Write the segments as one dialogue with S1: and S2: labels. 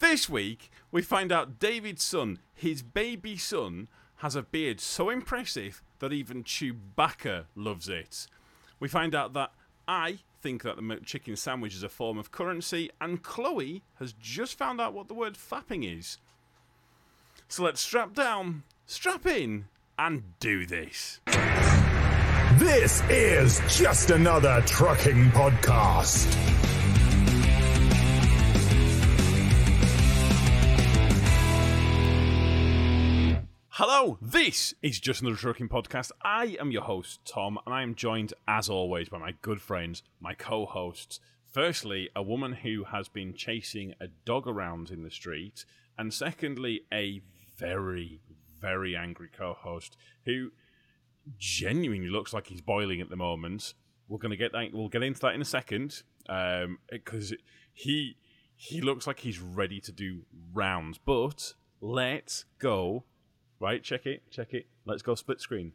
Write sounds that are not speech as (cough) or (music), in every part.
S1: this week, we find out David's son, his baby son, has a beard so impressive that even Chewbacca loves it. We find out that I think that the McChicken sandwich is a form of currency, and Chloe has just found out what the word fapping is. So let's strap down, strap in, and do this.
S2: This is just another trucking podcast.
S1: Hello, this is Just Another Trucking Podcast. I am your host, Tom, and I am joined, as always, by my good friends, my co hosts. Firstly, a woman who has been chasing a dog around in the street, and secondly, a very, very angry co host who genuinely looks like he's boiling at the moment. We're gonna get that. We'll get into that in a second, because he he looks like he's ready to do rounds. But let's go. Right, check it, check it. Let's go split screen.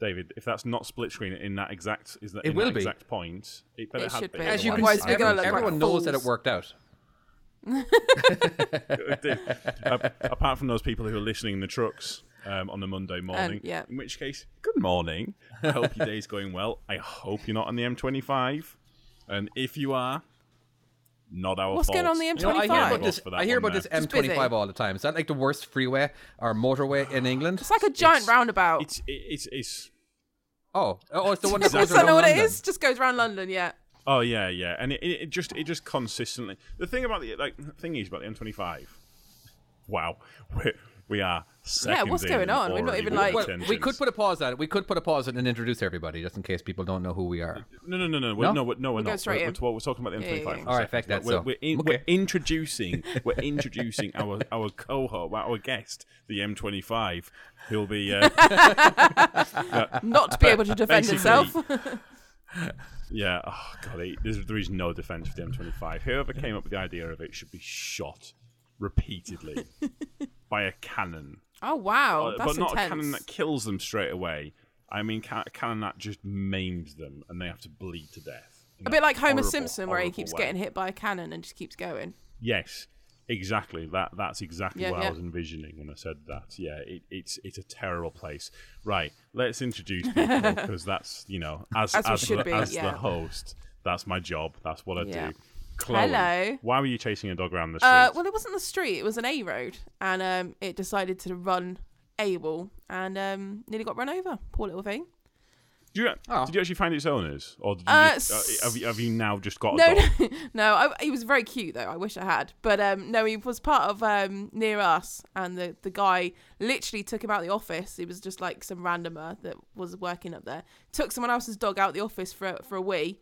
S1: David, if that's not split screen in that exact is that
S3: It
S1: in
S3: will
S1: that
S3: be.
S1: exact point, it better
S4: It
S1: have
S4: should
S1: been.
S4: be.
S3: As you
S1: Otherwise-
S3: can
S4: Otherwise,
S3: see,
S4: we're gonna
S3: everyone,
S4: look like
S3: everyone knows that it
S4: fools.
S3: worked out.
S4: (laughs)
S1: A- apart from those people who are listening in the trucks um, on a Monday morning.
S4: yeah.
S1: In which case, good morning. I hope your day's going well. I hope you're not on the M25. And if you are, not our
S4: What's
S1: fault.
S4: going on the M25?
S3: You know, I hear about
S1: Twenty-five.
S3: this.
S1: For that
S3: I hear
S1: one
S3: about this
S1: there.
S4: Just busy.
S3: M25 all the time. Is that like the worst freeway or motorway in England?
S4: It's like a giant roundabout. (laughs)
S1: It's, it- it's, it's,
S3: Oh, oh, it's the one that
S1: Exactly.
S3: goes
S4: I don't
S3: around
S4: know what
S3: London.
S4: it is. Just goes around London, yeah.
S1: oh yeah, yeah, and it, it it just, it just consistently. The thing about the like the thing is about the M25. Wow, we we are seconds
S4: what's
S1: in
S4: going
S1: and
S4: on? We're not
S1: already
S4: even,
S1: with
S4: like-
S3: Well, we
S1: intentions.
S3: could put a pause on it. We could put a pause on it and introduce everybody, just in case people don't know who we (laughs) are.
S1: No, no, no, no, we're, no,
S3: No?
S1: we're, no, we're
S4: go
S1: not.
S4: straight
S1: We're,
S4: in.
S1: we're, t- we're talking about the M25.
S4: Yeah, yeah,
S1: for a
S4: yeah.
S1: second.
S3: Alright, fuck that,
S1: We're,
S3: so.
S1: we're, in,
S3: Okay.
S1: we're introducing, we're introducing (laughs) our our cohort, our guest, the M25, who'll be
S4: (laughs)
S1: uh,
S4: Not to be able to defend itself.
S1: uh, (laughs) Yeah, oh god, it- there's, there is no defense for the M25. Whoever came up with the idea of it should be shot
S4: (laughs)
S1: repeatedly by a cannon,
S4: (laughs) Oh wow,
S1: Uh,
S4: that's
S1: but not
S4: intense.
S1: a cannon that kills them straight away. I mean, ca- a cannon that just maims them and they have to bleed to death. in
S4: a
S1: that
S4: bit like Homer
S1: horrible,
S4: Simpson, where he
S1: horrible
S4: keeps
S1: way.
S4: getting hit by a cannon and just keeps going.
S1: Yes, exactly. That that's exactly
S4: Yeah,
S1: what I
S4: yeah.
S1: was envisioning when I said that. Yeah, it, it's it's a terrible place. Right, let's introduce people
S4: (laughs)
S1: because that's you know as
S4: As
S1: as,
S4: we should
S1: the,
S4: be,
S1: as the
S4: yeah.
S1: host, that's my job. That's what I
S4: Yeah.
S1: do. Chloe,
S4: Hello.
S1: Why were you chasing a dog around the street?
S4: Uh, well, it wasn't the street; it was an A road, and um, it decided to run a wall and um, nearly got run over. Poor little thing.
S1: did, you,
S3: Oh.
S1: did you actually find its owners, or did you,
S4: Uh,
S1: uh, have, you, have you now just got a
S4: No,
S1: dog?
S4: no, (laughs) no. I, he was very cute though. I wish I had, but um, no, he was part of um, near us, and the the guy literally took him out of the office. He was just like some randomer that was working up there. Took someone else's dog out of the office for a- for a wee,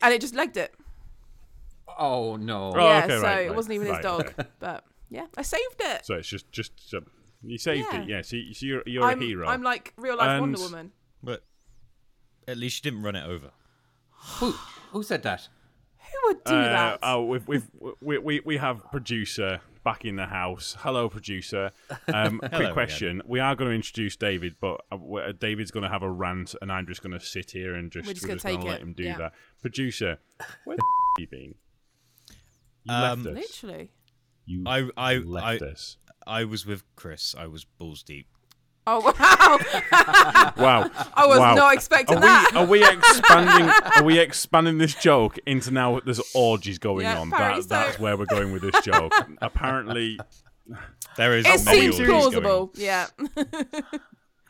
S4: and it just legged it.
S3: Oh no!
S1: Oh,
S4: yeah,
S1: okay,
S4: so
S1: right,
S4: it
S1: right,
S4: wasn't even his
S1: right,
S4: dog,
S1: okay.
S4: (laughs) but yeah, I saved it.
S1: So it's just just so you saved
S4: Yeah.
S1: it. Yeah, so, you- so you're you're
S4: I'm,
S1: a hero.
S4: I'm like real life Wonder
S1: And-
S4: Woman.
S5: But at least you didn't run it over.
S3: Who, who said that?
S4: Who would do
S1: Uh,
S4: that?
S1: Oh, we've, we've, we, we, we have producer back in the house. Hello, producer.
S5: (laughs)
S1: Um, quick
S5: again.
S1: question. We are going to introduce David, but uh, we- uh, David's going to have a rant, and I'm just going to sit here and just,
S4: We're just
S1: we're
S4: gonna
S1: just going
S4: take
S1: to let
S4: it,
S1: him do
S4: yeah.
S1: that. Producer, where the (laughs) f- you been? You
S5: Um,
S1: left us.
S4: Literally.
S1: You
S5: I I
S1: left
S5: I,
S1: us.
S5: I was with Chris. I was balls deep.
S4: Oh (laughs) wow!
S1: Wow.
S4: (laughs) I was
S1: wow.
S4: not expecting
S1: Are
S4: that.
S1: (laughs) we, are we expanding? Are
S4: (laughs)
S1: we expanding this joke into now? There's orgies going
S4: Yeah,
S1: on.
S4: apparently
S1: That,
S4: so.
S1: That's where we're going with this
S4: (laughs)
S1: joke. Apparently,
S5: There is.
S4: It
S5: many
S4: seems
S5: orgies going on.
S4: plausible. Yeah.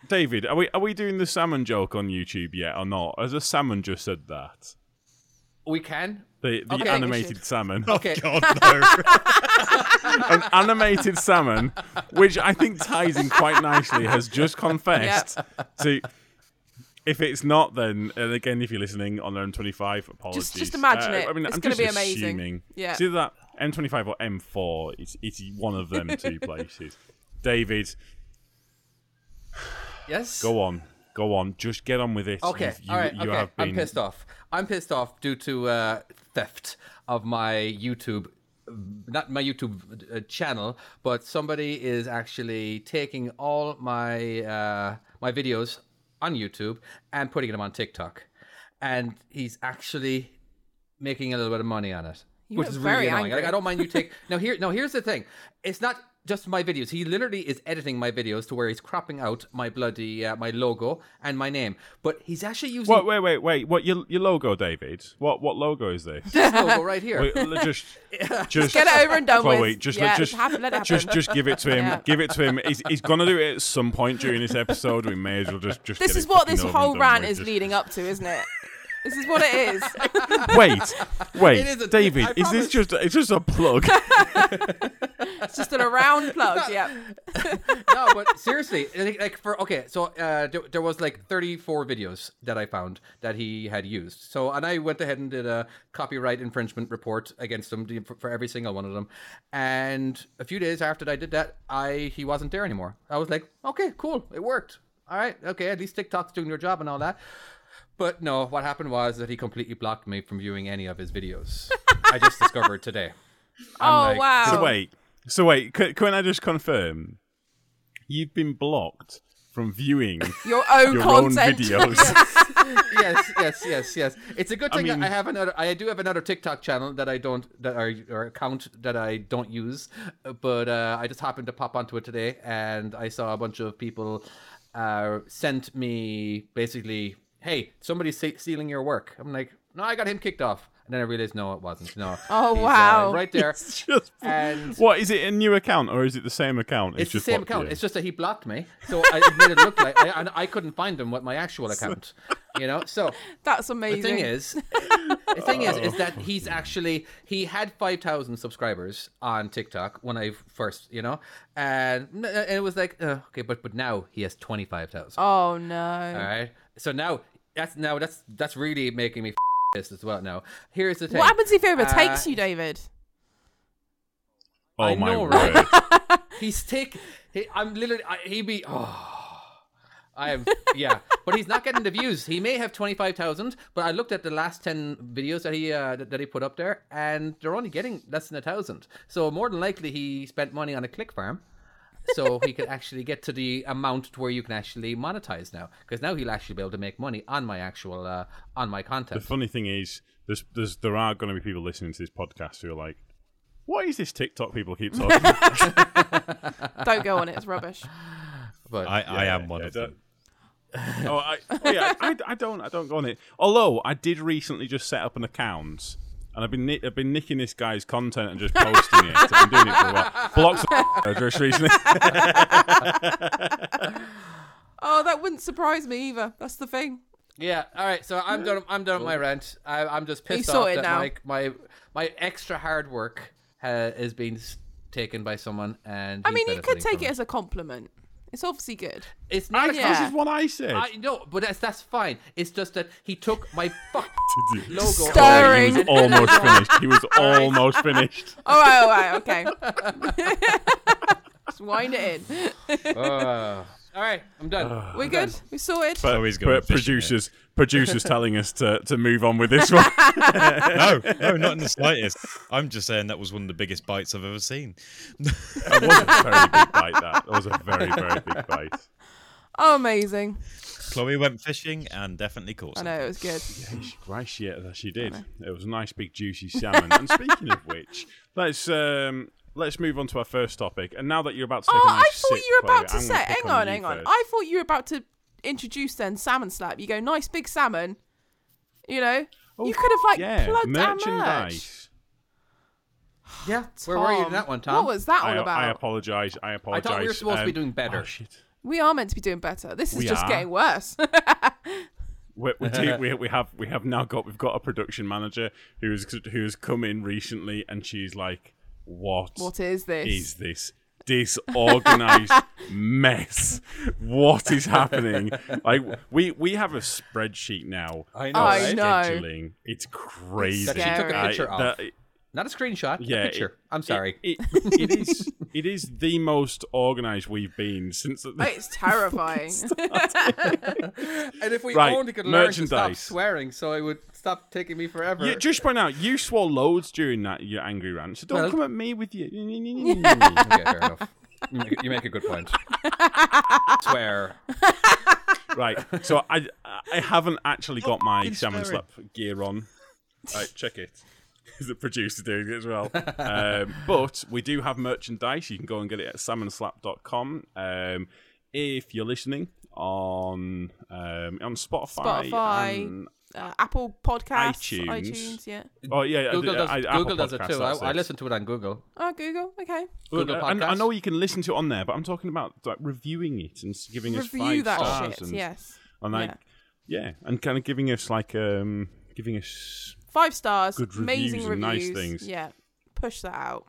S1: David, are we are we doing the salmon joke on YouTube yet or not? Has a salmon just said that?
S3: We can.
S1: The the
S3: Okay. We
S1: animated
S4: should. (laughs)
S1: salmon.
S3: Okay.
S5: God no.
S1: An (laughs) animated salmon, which I think ties in quite nicely, has just confessed
S4: (laughs)
S1: to if it's not then and again if you're listening on M25, apologies. Uh,
S4: just imagine it. It's
S1: I'm
S4: gonna
S1: just
S4: be amazing.
S1: assuming.
S4: Yeah.
S1: It's either that M25 or M4. It's it's one of them
S4: (laughs)
S1: two places. David,
S3: Yes.
S1: go on. Go on. Just get on with it.
S3: Okay.
S1: You've- You,
S3: All right.
S1: you
S3: okay.
S1: have been
S3: I'm pissed off. I'm pissed off due to uh, theft of my YouTube, not my YouTube uh, channel, but somebody is actually taking all my uh, my videos on YouTube and putting them on TikTok, and he's actually making a little bit of money on it.
S4: You
S3: which
S4: look
S3: is really
S4: very
S3: annoying.
S4: angry.
S3: Like, I don't mind you take. (laughs) now here, now here's the thing. It's not just my videos. He literally is editing my videos to where he's cropping out my bloody uh, my logo and my name. But he's actually using
S1: What? Wait, wait, wait. What your your logo, David? What what logo is
S4: (laughs)
S1: this?
S3: this logo right
S1: (laughs)
S3: here.
S1: Wait, l- just, just
S4: Get it over and done
S1: Chloe,
S4: with.
S1: Just,
S4: Yeah,
S1: just,
S4: hap- let it
S1: just,
S4: happen.
S1: just give it to him.
S4: Yeah.
S1: Give it to him. He's, he's gonna do it at some point during this episode. We may as well just, just.
S4: This
S1: get
S4: is
S1: it
S4: what
S1: fucking
S4: this
S1: over
S4: whole
S1: and done
S4: rant
S1: with.
S4: is
S1: Just-
S4: leading up to, isn't it?
S1: (laughs)
S4: This is what it is. (laughs)
S1: Wait,
S3: It is
S1: wait,
S3: a-
S1: David.
S3: I
S1: Is
S3: promise.
S1: this just? It's just a plug.
S4: It's just an around plug. Yeah.
S3: no, but seriously, like, like for okay, so uh, there, there was like 34 videos that I found that he had used. So, and I went ahead and did a copyright infringement report against him for, for every single one of them. And a few days after I did that, I he wasn't there anymore. I was like, okay, cool, it worked. All right, okay, at least TikTok's doing their job and all that. But no, what happened was that he completely blocked me from viewing any of his videos. I just discovered today.
S4: Oh
S3: like-
S4: wow.
S1: So wait, so wait. Can, can I just confirm? You've been blocked from viewing
S4: (laughs) Your own
S1: your own
S4: content.
S1: videos. (laughs)
S3: yes, yes, yes, yes. It's a good thing
S1: mean-
S3: that I have another. I do have another TikTok channel that I don't that I, or account that I don't use, but uh, I just happened to pop onto it today, and I saw a bunch of people uh, sent me basically, "Hey, somebody's ste- stealing your work." I'm like, "No, I got him kicked off," and then I realized, no, it wasn't. No.
S4: (laughs) Oh,
S3: He's, uh,
S4: wow.
S3: right there.
S1: Just-
S3: And-
S1: what is it? A new account or is it the same account?
S3: It's the
S1: just
S3: same
S1: blocked
S3: account.
S1: you.
S3: It's just that he blocked me, so I it made it look like I, and I couldn't find him with my
S4: (laughs)
S3: actual account. You know, so
S4: (laughs) That's amazing.
S3: The thing is,
S4: (laughs)
S3: the thing is, is that he's actually he had five thousand subscribers on TikTok when I first, you know, and, and it was like uh, okay, but but now he has twenty five thousand.
S4: Oh no.
S3: All right, so now that's now that's that's really making me (laughs) pissed as well. Now here's the thing.
S4: What happens if he
S3: Uh,
S4: overtakes
S3: (laughs)
S4: you, David?
S1: oh
S3: I
S1: my
S3: know, right?
S1: word.
S3: He's tick. He, I'm literally. I, he be. Oh, I am. Yeah, but he's not getting the views. He may have twenty five thousand, but I looked at the last ten videos that he uh, that, that he put up there, and they're only getting less than a thousand. So more than likely, he spent money on a click farm. so he could actually get to the amount to where you can actually monetize now, because now he'll actually be able to make money on my actual uh, on my
S1: The
S3: content.
S1: funny thing is, there's, there's there are going to be people listening to this podcast who are like, "What is this TikTok people keep
S5: (laughs)
S1: talking?" about?
S4: Don't go on it. It's rubbish.
S3: But
S5: I, I am one
S1: Yeah,
S5: of
S1: that-
S5: them.
S1: (laughs) oh, I, oh, yeah, I, I don't, I don't go on it. Although I did recently just set up an account, and I've been, ni- I've been nicking this guy's content and just posting it. I've been doing it for a while. Blocks (laughs) just recently.
S4: Oh, that wouldn't surprise me either. That's the thing.
S3: Yeah. All right. So I'm done. I'm done with my rant. I, I'm just pissed off
S4: sorted
S3: that
S4: now?
S3: my, my my extra hard work ha, is being s- taken by someone. And
S4: I
S3: he's
S4: mean, you could
S3: benefiting
S4: take
S3: from
S4: it as a compliment. It's obviously good.
S3: It's not.
S4: Yeah.
S3: yeah.
S1: This is what I said.
S3: I know, but that's that's fine. It's just that he took
S1: (laughs)
S3: my fuck logo.
S4: Sorry.
S1: He was almost finished. He was almost finished.
S4: All right, all right, oh, okay. (laughs) Just wind it in.
S3: Uh, all right. I'm done.
S4: We're good. We sorted.
S1: But,
S5: So he's going
S1: but
S5: fishing
S1: producers, producers telling us to, to move on with this one.
S5: (laughs) No, no, not in the slightest. I'm just saying that was one of the biggest bites I've ever seen.
S1: That was a very big bite. That, that was a very very
S4: (laughs)
S1: big bite.
S4: Oh, amazing.
S5: Chloe went fishing and definitely caught
S4: I
S5: something.
S4: know, it was good.
S1: Right, she, yeah, she did. It was a nice big juicy salmon. and speaking of which, let's um, let's move on to our first topic. And now that you're about to take
S4: Oh,
S1: a nice
S4: I thought
S1: sip,
S4: you were about to
S1: Chloe, I'm
S4: say.
S1: gonna
S4: Hang
S1: pick
S4: on,
S1: you
S4: hang on.
S1: first.
S4: I thought you were about to introduce then salmon slap. You go, nice big salmon. You know, you could have like
S1: Oh, yeah,
S4: plugged our merch.
S1: merchandise.
S3: Yeah. Where were you in
S4: Tom,
S3: that one, Tom?
S4: What was that all
S1: I,
S4: about?
S1: I apologize. I
S3: I
S1: apologize.
S3: thought we were supposed to be
S1: Um,
S3: doing better.
S1: oh, shit.
S4: we are meant to be doing better. This is
S1: We
S4: just
S1: are.
S4: getting worse. (laughs)
S1: We, we, do, we, we have we have now got we've got a production manager who's who's come in recently, and she's like, "What?
S4: what is this?
S1: is this
S4: (laughs)
S1: disorganized mess? What is happening? Like we we have a spreadsheet now.
S3: I
S1: of
S3: know,
S4: I know.
S1: Scheduling. It's crazy.
S4: She took a
S3: picture
S1: I-
S3: of.
S1: that-
S3: not a screenshot.
S1: yeah,
S3: A picture.
S1: it-
S3: I'm sorry.
S1: it- it is it is the most organized we've been since. The, (laughs)
S4: It's terrifying.
S3: and if we
S1: Right,
S3: only could learn to stop
S1: merchandise.
S3: swearing, so it would stop taking me forever.
S1: You, just point out you swore loads during that your angry rant, so don't
S3: Well-
S1: come at me with (laughs)
S4: (laughs)
S1: you.
S3: Okay, fair enough. You make, you make a good (laughs) point. Swear.
S1: right,
S3: (laughs)
S1: so I I haven't actually got my
S5: fucking
S1: salmon
S5: swearing.
S1: slap gear on. Right, check it. (laughs) the producer doing it as
S3: (laughs)
S1: well. um, but we do have merchandise. You can go and get it at salmonslap.com. Um, if you're listening on um, on Spotify,
S4: Spotify,
S1: and-
S4: (laughs) uh, Apple Podcasts,
S1: iTunes.
S4: iTunes, yeah.
S1: oh yeah, yeah,
S3: Google
S1: I-
S3: does,
S1: I-
S3: Google
S1: Apple
S3: does it
S1: Podcasts,
S3: too. I,
S1: that's
S3: I
S1: it.
S3: listen to it on Google.
S4: Oh, Google. Okay.
S3: Google
S1: I, I
S3: Podcasts.
S1: know you can listen to it on there, but I'm talking about like reviewing it and s- giving us five
S4: Review that
S1: stars
S4: shit.
S1: and,
S4: Yes.
S1: and like yeah. and kind of giving us like um giving us
S4: Five stars.
S1: Good
S4: amazing
S1: reviews and nice
S4: reviews.
S1: things.
S4: Yeah. Push that out.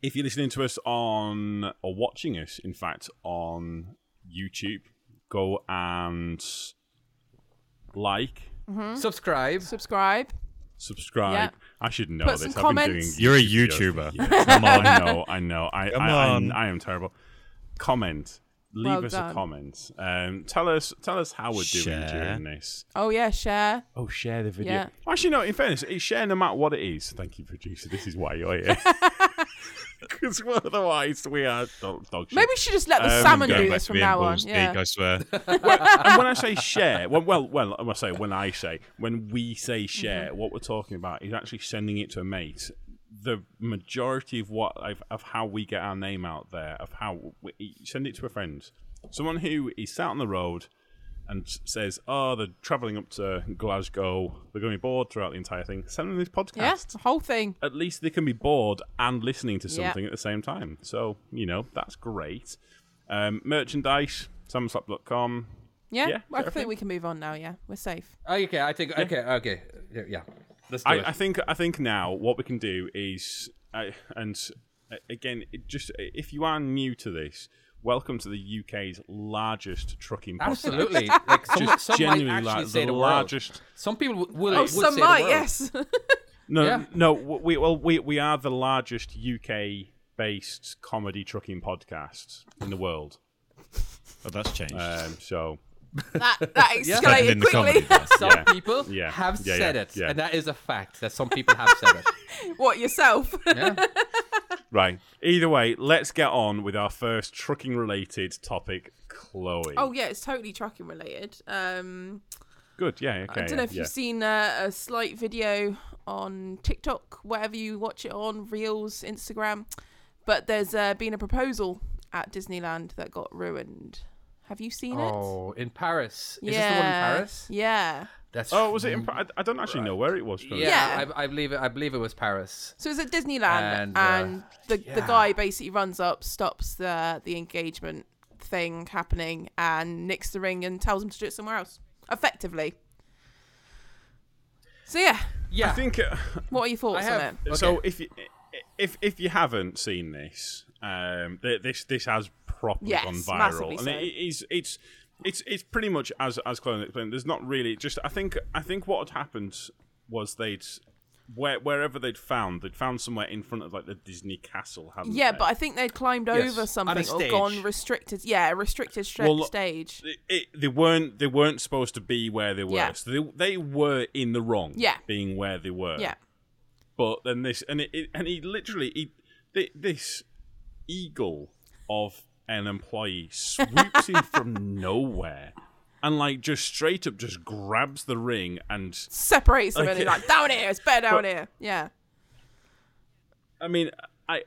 S1: if you're listening to us on or watching us in fact on youtube go and like
S3: Subscribe.
S4: Subscribe.
S1: subscribe
S4: Yeah.
S1: i should know
S4: Put
S1: this i've
S4: some
S1: been doing
S4: comments.
S5: You're a
S1: YouTube shows for
S5: YouTuber.
S4: (laughs)
S1: years.
S5: Come
S1: i
S5: on.
S1: know i know i
S5: Come
S1: I,
S5: on.
S1: I, I am terrible comment leave
S4: Well
S1: us a
S4: done.
S1: comment um tell us tell us how we're doing
S5: Share.
S1: during this
S4: Oh yeah. Share.
S1: oh share the video
S4: Yeah.
S1: actually no in fairness it's share no matter what it is thank you producer this is why you're
S4: (laughs)
S1: here (laughs) because otherwise we are dog, dog shit.
S4: Maybe we should just let the
S1: Um,
S4: salmon
S1: go
S4: do
S5: back
S4: this
S5: to
S4: from
S5: being
S4: now
S5: Ball
S4: on.
S5: Speak,
S4: Yeah.
S5: I swear.
S1: and when I say share, well, well, well, I must say when I say when we say share,
S4: Mm-hmm.
S1: what we're talking about is actually sending it to a mate. The majority of what I've, of how we get our name out there, of how we send it to a friend, someone who is sat on the road and s- says, "Oh, they're travelling up to Glasgow. They're going to be bored throughout the entire thing." Send them this
S4: Yeah.
S1: podcast.
S4: The whole thing.
S1: At least they can be bored and listening to
S4: Yeah.
S1: something at the same time. So you know that's great. Um, merchandise, samslap.com.
S4: Yeah.
S1: Yeah,
S4: I
S1: fair
S4: think we can move on now. Yeah. We're safe.
S3: Oh, okay, I think. Okay, okay. Yeah, yeah. Let's do
S1: I,
S3: it.
S1: I think I think now what we can do is I and uh, again it just if you are new to this, welcome to the UK's largest trucking podcast. (laughs)
S3: Absolutely. like some,
S1: Just
S3: some might
S1: genuinely
S3: actually
S1: like
S3: say
S1: the,
S3: the, world.
S1: largest.
S3: Some people w- will.
S4: Oh,
S3: would
S4: some
S3: say
S4: might.
S3: The world.
S4: (laughs) Yes.
S1: No,
S3: Yeah.
S1: no, w- we well we we are the largest UK based comedy trucking podcast in the world.
S5: Oh, that's changed.
S1: Um, so
S4: that that
S5: Added in
S4: escalated
S5: the comedy
S4: quickly.
S5: (laughs) bit.
S3: Some
S1: Yeah.
S3: people
S1: Yeah.
S3: have
S1: Yeah,
S3: said
S1: yeah,
S3: it,
S1: yeah.
S3: and that is a fact that some people have
S1: (laughs)
S3: said it.
S4: (laughs) what yourself? (laughs)
S3: Yeah.
S1: right. Either way, let's get on with our first trucking related topic, Chloe.
S4: oh yeah. It's totally trucking related. Um.
S1: good. Yeah. Okay.
S4: I don't know
S1: yeah,
S4: if
S1: yeah.
S4: you've seen uh, a slight video on TikTok, whatever you watch it on, Reels, Instagram, but there's uh, been a proposal at Disneyland that got ruined. Have you seen it?
S3: Oh, in Paris. Is
S4: yeah.
S3: this the one in Paris?
S4: Yeah.
S3: That's.
S1: Oh, was it? In, I, I don't actually know where it was. to be honest.
S3: Yeah,
S4: Yeah.
S3: I, I believe it. I believe it was Paris.
S4: So it's at Disneyland, and,
S3: And, uh,
S4: the, the
S3: yeah.
S4: guy basically runs up, stops the the engagement thing happening, and nicks the ring and tells him to do it somewhere else, effectively. So yeah,
S3: Yeah.
S1: I think.
S4: (laughs)
S1: Uh,
S4: what are your thoughts
S3: have-
S4: on it?
S1: So if you if if you haven't seen this, um, th- this this has properly
S4: Yes,
S1: gone
S4: massively
S1: viral, and
S4: so.
S1: it is it's. It's it's pretty much as as Colin explained. There's not really just I think I think what had happened was they'd where wherever they'd found they'd found somewhere in front of like the Disney castle. Hadn't
S4: Yeah,
S1: they?
S4: but I think they'd climbed
S3: Yes,
S4: over
S3: on a
S4: something or
S3: stage.
S4: gone restricted. Yeah, a restricted stra-
S1: Well,
S4: stage.
S1: it, it, they weren't they weren't supposed to be where they were.
S4: Yeah.
S1: So they they were in the wrong.
S4: Yeah.
S1: being where they were.
S4: Yeah,
S1: but then this and it, it and he literally he thi- this eagle of an employee swoops in from nowhere and like just straight up just grabs the ring and
S4: separates them and
S1: Okay.
S4: it's like down here. It's better down
S1: But-
S4: here.
S3: (laughs)
S4: Yeah,
S1: i mean i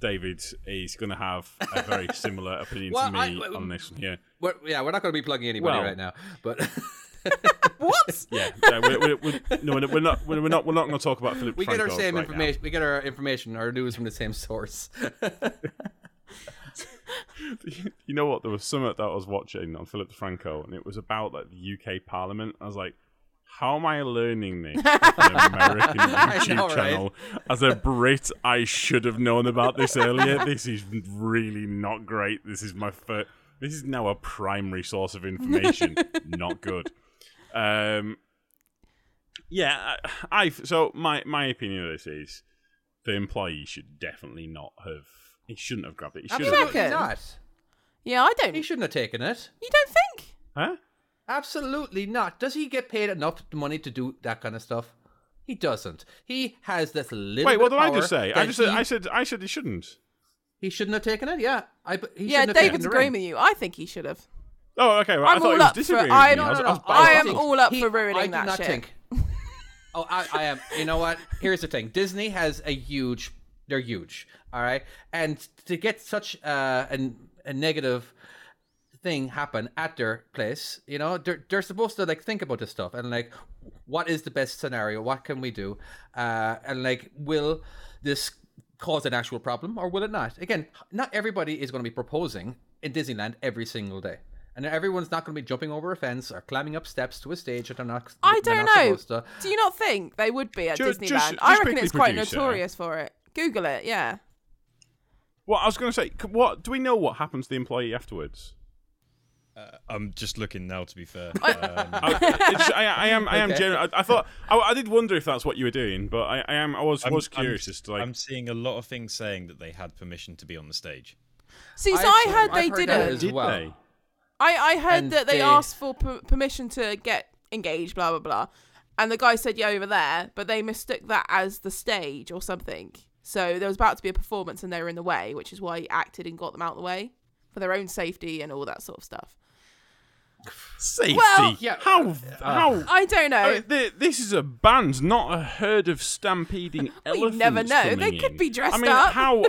S1: david is going to have a very similar opinion
S3: Well,
S1: to me
S3: I-
S1: on this one here
S3: We're, yeah, we're not going to be plugging anybody
S1: Well-
S3: right now, but (laughs)
S4: what?
S1: yeah no, we're, we're, we're, no, we're not we're not we're not going to talk about philip
S3: we get our
S1: Franco
S3: same
S1: right now.
S3: information. We get our information, our news from the
S1: (laughs)
S3: same source.
S1: you know what? There was something that I was watching on Philip DeFranco, and it was about like the UK Parliament. I was like, how am I learning this? from
S3: (laughs)
S1: An American YouTube
S3: know, right?
S1: channel. As a Brit, I should have known about this earlier. this is really not great. This is my first. This is now a primary source of
S3: (laughs)
S1: information. not good. Um, yeah, I I've- so my my opinion of this is the employee should definitely not have. He shouldn't have grabbed it. He should have.
S4: reckon?
S3: not.
S4: Yeah, I don't.
S3: He shouldn't have taken it.
S4: You don't think?
S1: Huh?
S3: Absolutely not. Does he get paid enough money to do that kind of stuff? He doesn't. He has this little.
S1: Wait,
S3: bit
S1: what
S3: of
S1: did I
S3: power
S1: just say? I
S3: that
S1: just said,
S3: he,
S1: I said I said he shouldn't.
S3: he shouldn't have taken it. Yeah, I. He
S4: Yeah,
S3: shouldn't have taken
S4: David's
S3: the
S4: agreeing
S3: ring.
S4: with you. I think he should have.
S1: Oh, okay. Well, I
S4: I'm
S1: thought he
S4: all
S1: was
S4: up for.
S1: disagreeing. with
S4: I,
S1: me. I was- I was
S4: I
S1: biased.
S4: am all up
S3: He-
S4: for ruining (laughs)
S3: I do
S4: that
S3: not
S4: shit.
S3: Think. Oh, I, I am. You know what? Here's the thing. Disney has a huge. They're huge. All right, and to get such uh, an, a negative thing happen at their place, you know, they're they're supposed to like think about this stuff and like, what is the best scenario? What can we do? Uh, and like, will this cause an actual problem or will it not? Again, not everybody is going to be proposing in Disneyland every single day. And everyone's not going to be jumping over a fence or climbing up steps to a stage that they're not.
S4: I
S3: they're
S4: don't
S3: not
S4: know.
S3: supposed to.
S4: Do you not think they would be at
S1: Ju- just-
S4: Disneyland?
S1: just
S4: I reckon
S1: quickly,
S4: it's quite
S1: producer.
S4: notorious for it. Google it, yeah.
S1: Well, I was going to say, c- what do we know? What happens to the employee
S3: (laughs)
S1: afterwards?
S5: Uh, I'm just looking now. To be fair, Um,
S1: I, it's- I, I am. I am.
S3: Okay.
S1: Genuine. I, I thought. I, I did wonder if that's what you were doing, but I, I am. (laughs) I was was curious
S5: I'm,
S1: as to like.
S5: I'm seeing a lot of things saying that they had permission to be on the stage.
S4: See, so I,
S3: I've-
S4: heard they
S3: I've heard that
S4: didn't.
S3: as
S1: did
S3: well.
S1: they?
S4: I, I heard
S3: And
S4: that they,
S3: they-
S4: asked for per- permission to get engaged, blah, blah, blah. And the guy said, yeah, over there. But they mistook that as the stage or something. So there was about to be a performance and they were in the way, which is why he acted and got them out of the way for their own safety and all that sort of stuff.
S1: Safety.
S4: Well-
S3: Yeah, Uh,
S1: how? how?
S4: I don't know.
S1: I mean, th- this is a band, not a herd of stampeding elephants.
S4: never know.
S1: coming
S4: They could
S1: in.
S4: be dressed
S1: I mean,
S4: up.
S1: How?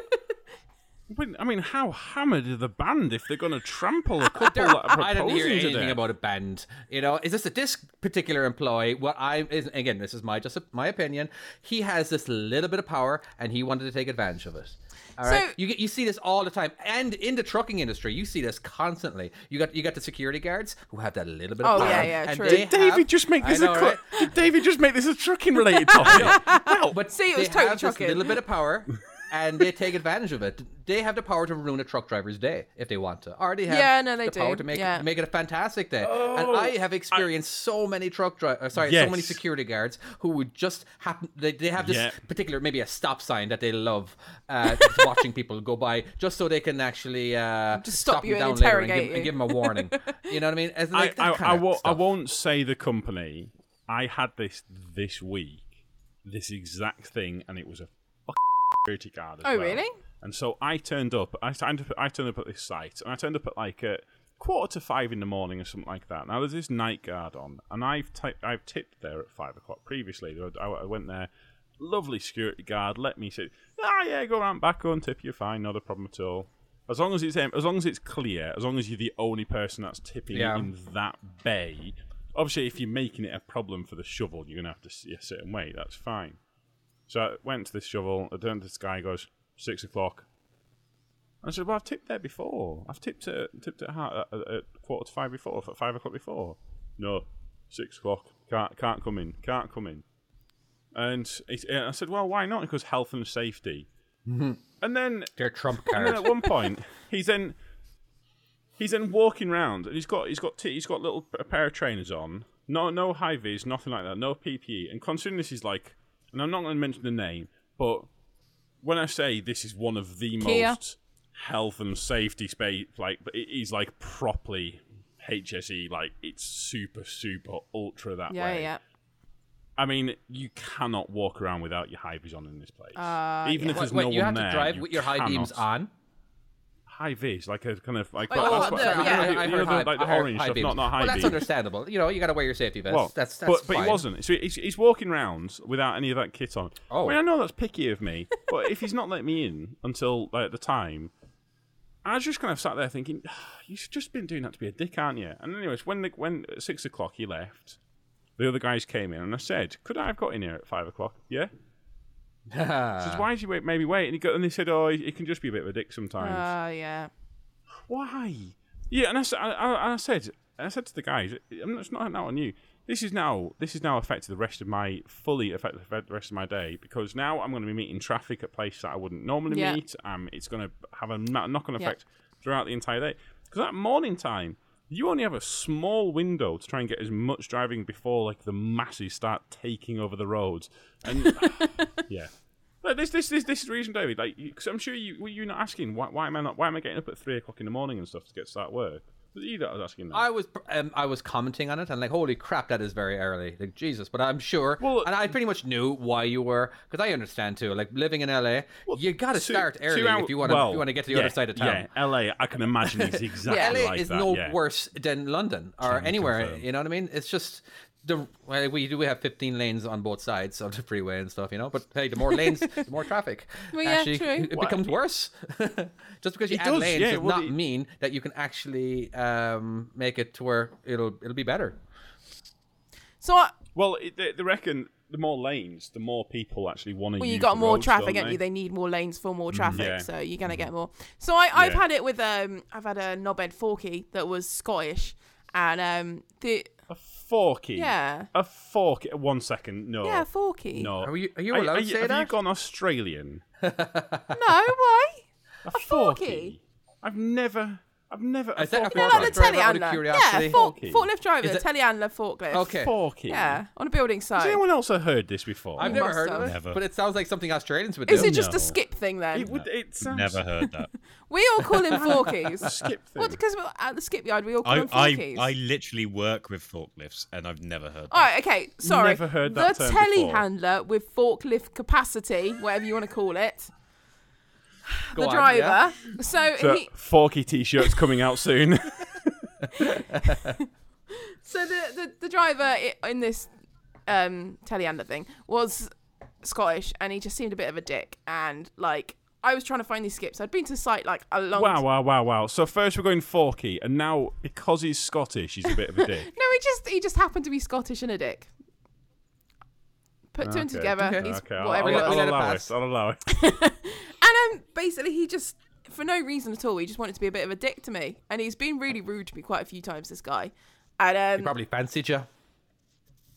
S1: When- I mean, how hammered are the band if they're going to trample a couple that are proposing
S3: (laughs) I didn't hear
S1: to
S3: anything
S1: them?
S3: about a band. You know, is this a this particular employee? What I is again, this is my just my opinion. He has this little bit of power, and he wanted to take advantage of it. All
S4: So-
S3: right, you get you see this all the time, and in the trucking industry, you see this constantly. You got you got the security guards who have that little bit of
S4: Oh,
S3: power.
S4: yeah, yeah,
S3: and
S4: true.
S3: they
S4: Did
S1: David
S3: have-
S1: just make
S3: I
S1: this
S3: know,
S1: a cru-
S3: right?
S1: Did David just make this a trucking related topic? well,
S3: But
S4: See, it was
S3: they
S4: totally
S3: have
S4: trucking.
S3: this little bit of
S4: (laughs)
S3: power, and they take advantage of it. They have the power to ruin a truck driver's day if they want to. Or they have
S4: Yeah, no, they
S3: the power
S4: do.
S3: to make
S4: Yeah.
S3: it, make it a fantastic day. and I have experienced so many truck drivers, sorry, so many
S1: Oh, Yes.
S3: security guards who would just happen. They, they have this
S1: Yeah.
S3: particular maybe a stop sign that they love uh, (laughs) watching people go by just so they can actually uh,
S4: Just stop you
S3: them
S4: and
S3: down later and
S4: interrogate
S3: give, and
S4: you.
S3: give them a warning. you know what I
S1: (laughs)
S3: mean? As like
S1: I,
S3: that
S1: I, I,
S3: kinda
S1: wo- I
S3: stuff.
S1: won't say the company. I had this this week, this exact thing, and it was a fucking security guard. As
S4: Oh,
S1: well.
S4: really?
S1: And so I turned up. I turned up. I turned up at this site, and I turned up at like a quarter to five in the morning or something like that. Now there's this night guard on, and I've ti- I've tipped there at five o'clock previously. There- I, I went there. Lovely security guard let me sit. Ah, yeah, go around back on tip. You're fine, not a problem at all. As long as it's um, as long as it's clear, as long as you're the only person that's tipping
S3: Yeah.
S1: in that bay. Obviously, if you're making it a problem for the shovel, you're gonna have to see a certain way. That's fine. So I went to this shovel. I turned to this guy. he Goes six o'clock. I said, "Well, I've tipped there before. I've tipped at tipped at, ha- at, at quarter to five before, at five o'clock before. No, six o'clock. Can't can't come in. Can't come in." And he, and I said, "Well, why not?" Because health and safety. And then (laughs)
S3: They're trump
S1: and then
S3: cards.
S1: at one point, he's then he's then walking round, and he's got he's got t- he's got little a pair of trainers on. No no high vis, nothing like that. No PPE. And considering this is like, and I'm not going to mention the name, but when I say this is one of the
S4: Kia.
S1: most health and safety space, like but it is like properly HSE, like it's super super ultra that
S4: yeah,
S1: way.
S4: yeah.
S1: I mean, you cannot walk around without your high vis on in this
S3: Uh,
S1: place. Even if
S3: Wait,
S1: there's
S3: wait,
S1: no
S3: you have
S1: one there,
S3: to drive
S1: you
S3: with your high beams
S1: cannot
S3: on.
S1: high vis, like a kind of like,
S4: Like, oh,
S1: that's what,
S4: the-
S1: you know,
S4: yeah.
S1: you know,
S3: I
S1: the-
S3: heard high-
S1: like
S3: I
S1: the
S3: heard
S1: orange
S3: high
S1: stuff,
S3: beams.
S1: not not high
S3: Well, that's
S1: vis.
S3: understandable. You know, you got to wear your safety vest.
S1: Well,
S3: that's that's
S1: but, but
S3: fine.
S1: he wasn't. So he's, he's walking round without any of that kit on.
S3: Oh.
S1: I mean, I know that's picky of me, but if he's not let me in until like, the time, I was just kind of sat there thinking, "Ah, you've just been doing that to be a dick, aren't you? And anyways, when the, when at six o'clock he left, the other guys came in and I said, could I have got in here at five o'clock? Yeah.
S4: Uh.
S1: He
S3: (laughs)
S1: says, why did you wait? Maybe wait. And he go, and they said, oh, he, he can just be a bit of a dick sometimes.
S4: Oh, yeah.
S1: why? Yeah, and I, s- I- I- and I said, and I said to the guys, I'm not, it's not now on you. This is now, this is now affected the rest of my fully affected the rest of my day because now I'm going to be meeting traffic at places that I wouldn't normally
S4: Yeah.
S1: meet. Um, it's going to have a ma- knock-on
S4: Yeah.
S1: effect throughout the entire day because at morning time you only have a small window to try and get as much driving before like the masses start taking over the roads and yeah. Look, this this this this is the reason, David. Like, you, cause I'm sure you were you not asking why, why am I not why am I getting up at three o'clock in the morning and stuff to get to start work? Was it you that was asking that?
S3: I was um, I was commenting on it and like, holy crap, that is very early. Like Jesus, but I'm sure,
S1: Well-
S3: and I pretty much knew why you were because I understand too. Like living in LA, you got to
S1: Two-
S3: start
S1: two
S3: early
S1: hour-
S3: if you want to
S1: well,
S3: if you want to get to the
S1: yeah,
S3: other side of town.
S1: Yeah, LA. I can
S3: (laughs)
S1: imagine it's exactly
S3: LA
S1: like
S3: is
S1: that.
S3: no
S1: yeah.
S3: worse than London or anywhere. You know what I mean? It's just the well, we do have 15 lanes on both sides of the freeway and stuff, you know. But hey, the more lanes, the more traffic.
S4: Well, yeah,
S3: actually,
S4: true.
S3: it
S1: Well,
S3: becomes worse. (laughs) Just because you
S1: it
S3: add
S1: does,
S3: lanes
S1: yeah,
S3: does
S1: well,
S3: not
S1: it-
S3: mean that you can actually um, make it to where it'll it'll be better.
S4: So I,
S1: Well, it, they, they reckon the more lanes, the more people actually want to.
S4: well,
S1: use
S4: you got
S1: the
S4: more
S1: roads,
S4: traffic,
S1: don't
S4: haven't you? They need more lanes for more traffic,
S1: yeah.
S4: so you're gonna get more. So I, I've
S1: Yeah.
S4: had it with um, I've had a knobhead forky that was Scottish, and um, the
S1: A forky.
S4: Yeah.
S1: A forky. One second. No.
S4: yeah forky.
S1: No.
S3: Are you- are you allowed to say
S1: have you
S3: that?
S1: gone Australian?
S4: no, why?
S1: A,
S4: forky?
S1: I've never. I've never. a
S3: Is that a
S1: forky.
S4: No,
S3: forky?
S4: like the
S3: driver out of
S4: telehandler.
S3: curiosity.
S4: Yeah, fork,
S1: Forky.
S4: forklift driver,
S3: Is it-
S4: telehandler, forklift.
S3: Okay.
S1: Forky.
S4: Yeah, on a building
S1: Has
S4: site.
S1: anyone else heard this before?
S3: I've never
S4: must
S3: heard of
S4: have.
S3: it,
S5: Never.
S3: but it sounds like something Australians would do.
S4: Is it just
S1: No.
S4: a skip thing then?
S1: It would. It sounds.
S5: Never
S4: (laughs)
S5: heard that.
S4: We all call him forkies.
S1: Skip thing.
S4: Well, because at the skipyard we all call
S5: I,
S4: them
S5: I
S4: forkies.
S5: I literally work with forklifts, and I've never heard.
S4: All right,
S5: That.
S4: okay, sorry.
S1: Never heard that
S4: the
S1: term before.
S4: telehandler with forklift capacity, whatever you want to call it, (sighs)
S3: Go
S4: the
S3: on,
S4: driver.
S3: yeah.
S4: So,
S1: So,
S4: he,
S1: forky t-shirts coming out
S4: (laughs)
S1: soon.
S4: so the, the the driver i- in this um telehandler thing was Scottish, and he just seemed a bit of a dick. And like, I was trying to find these skips. I'd been to the site like a long.
S1: wow! Wow! Wow! Wow! So first we're going forky, and now because he's Scottish, he's a bit of a
S4: (laughs)
S1: dick.
S4: No, he just he just happened to be Scottish and a dick. Put two and
S1: Okay.
S4: together.
S3: Okay.
S4: He's
S1: Okay, I'll,
S4: whatever.
S1: I'll-
S4: it
S3: let-
S1: I'll
S4: was.
S3: let it
S1: allow it.
S3: pass.
S1: I'll allow it.
S4: And um, basically, he just, for no reason at all, he just wanted to be a bit of a dick to me. And he's been really rude to me quite a few times, this guy. And um,
S3: Probably fancied you.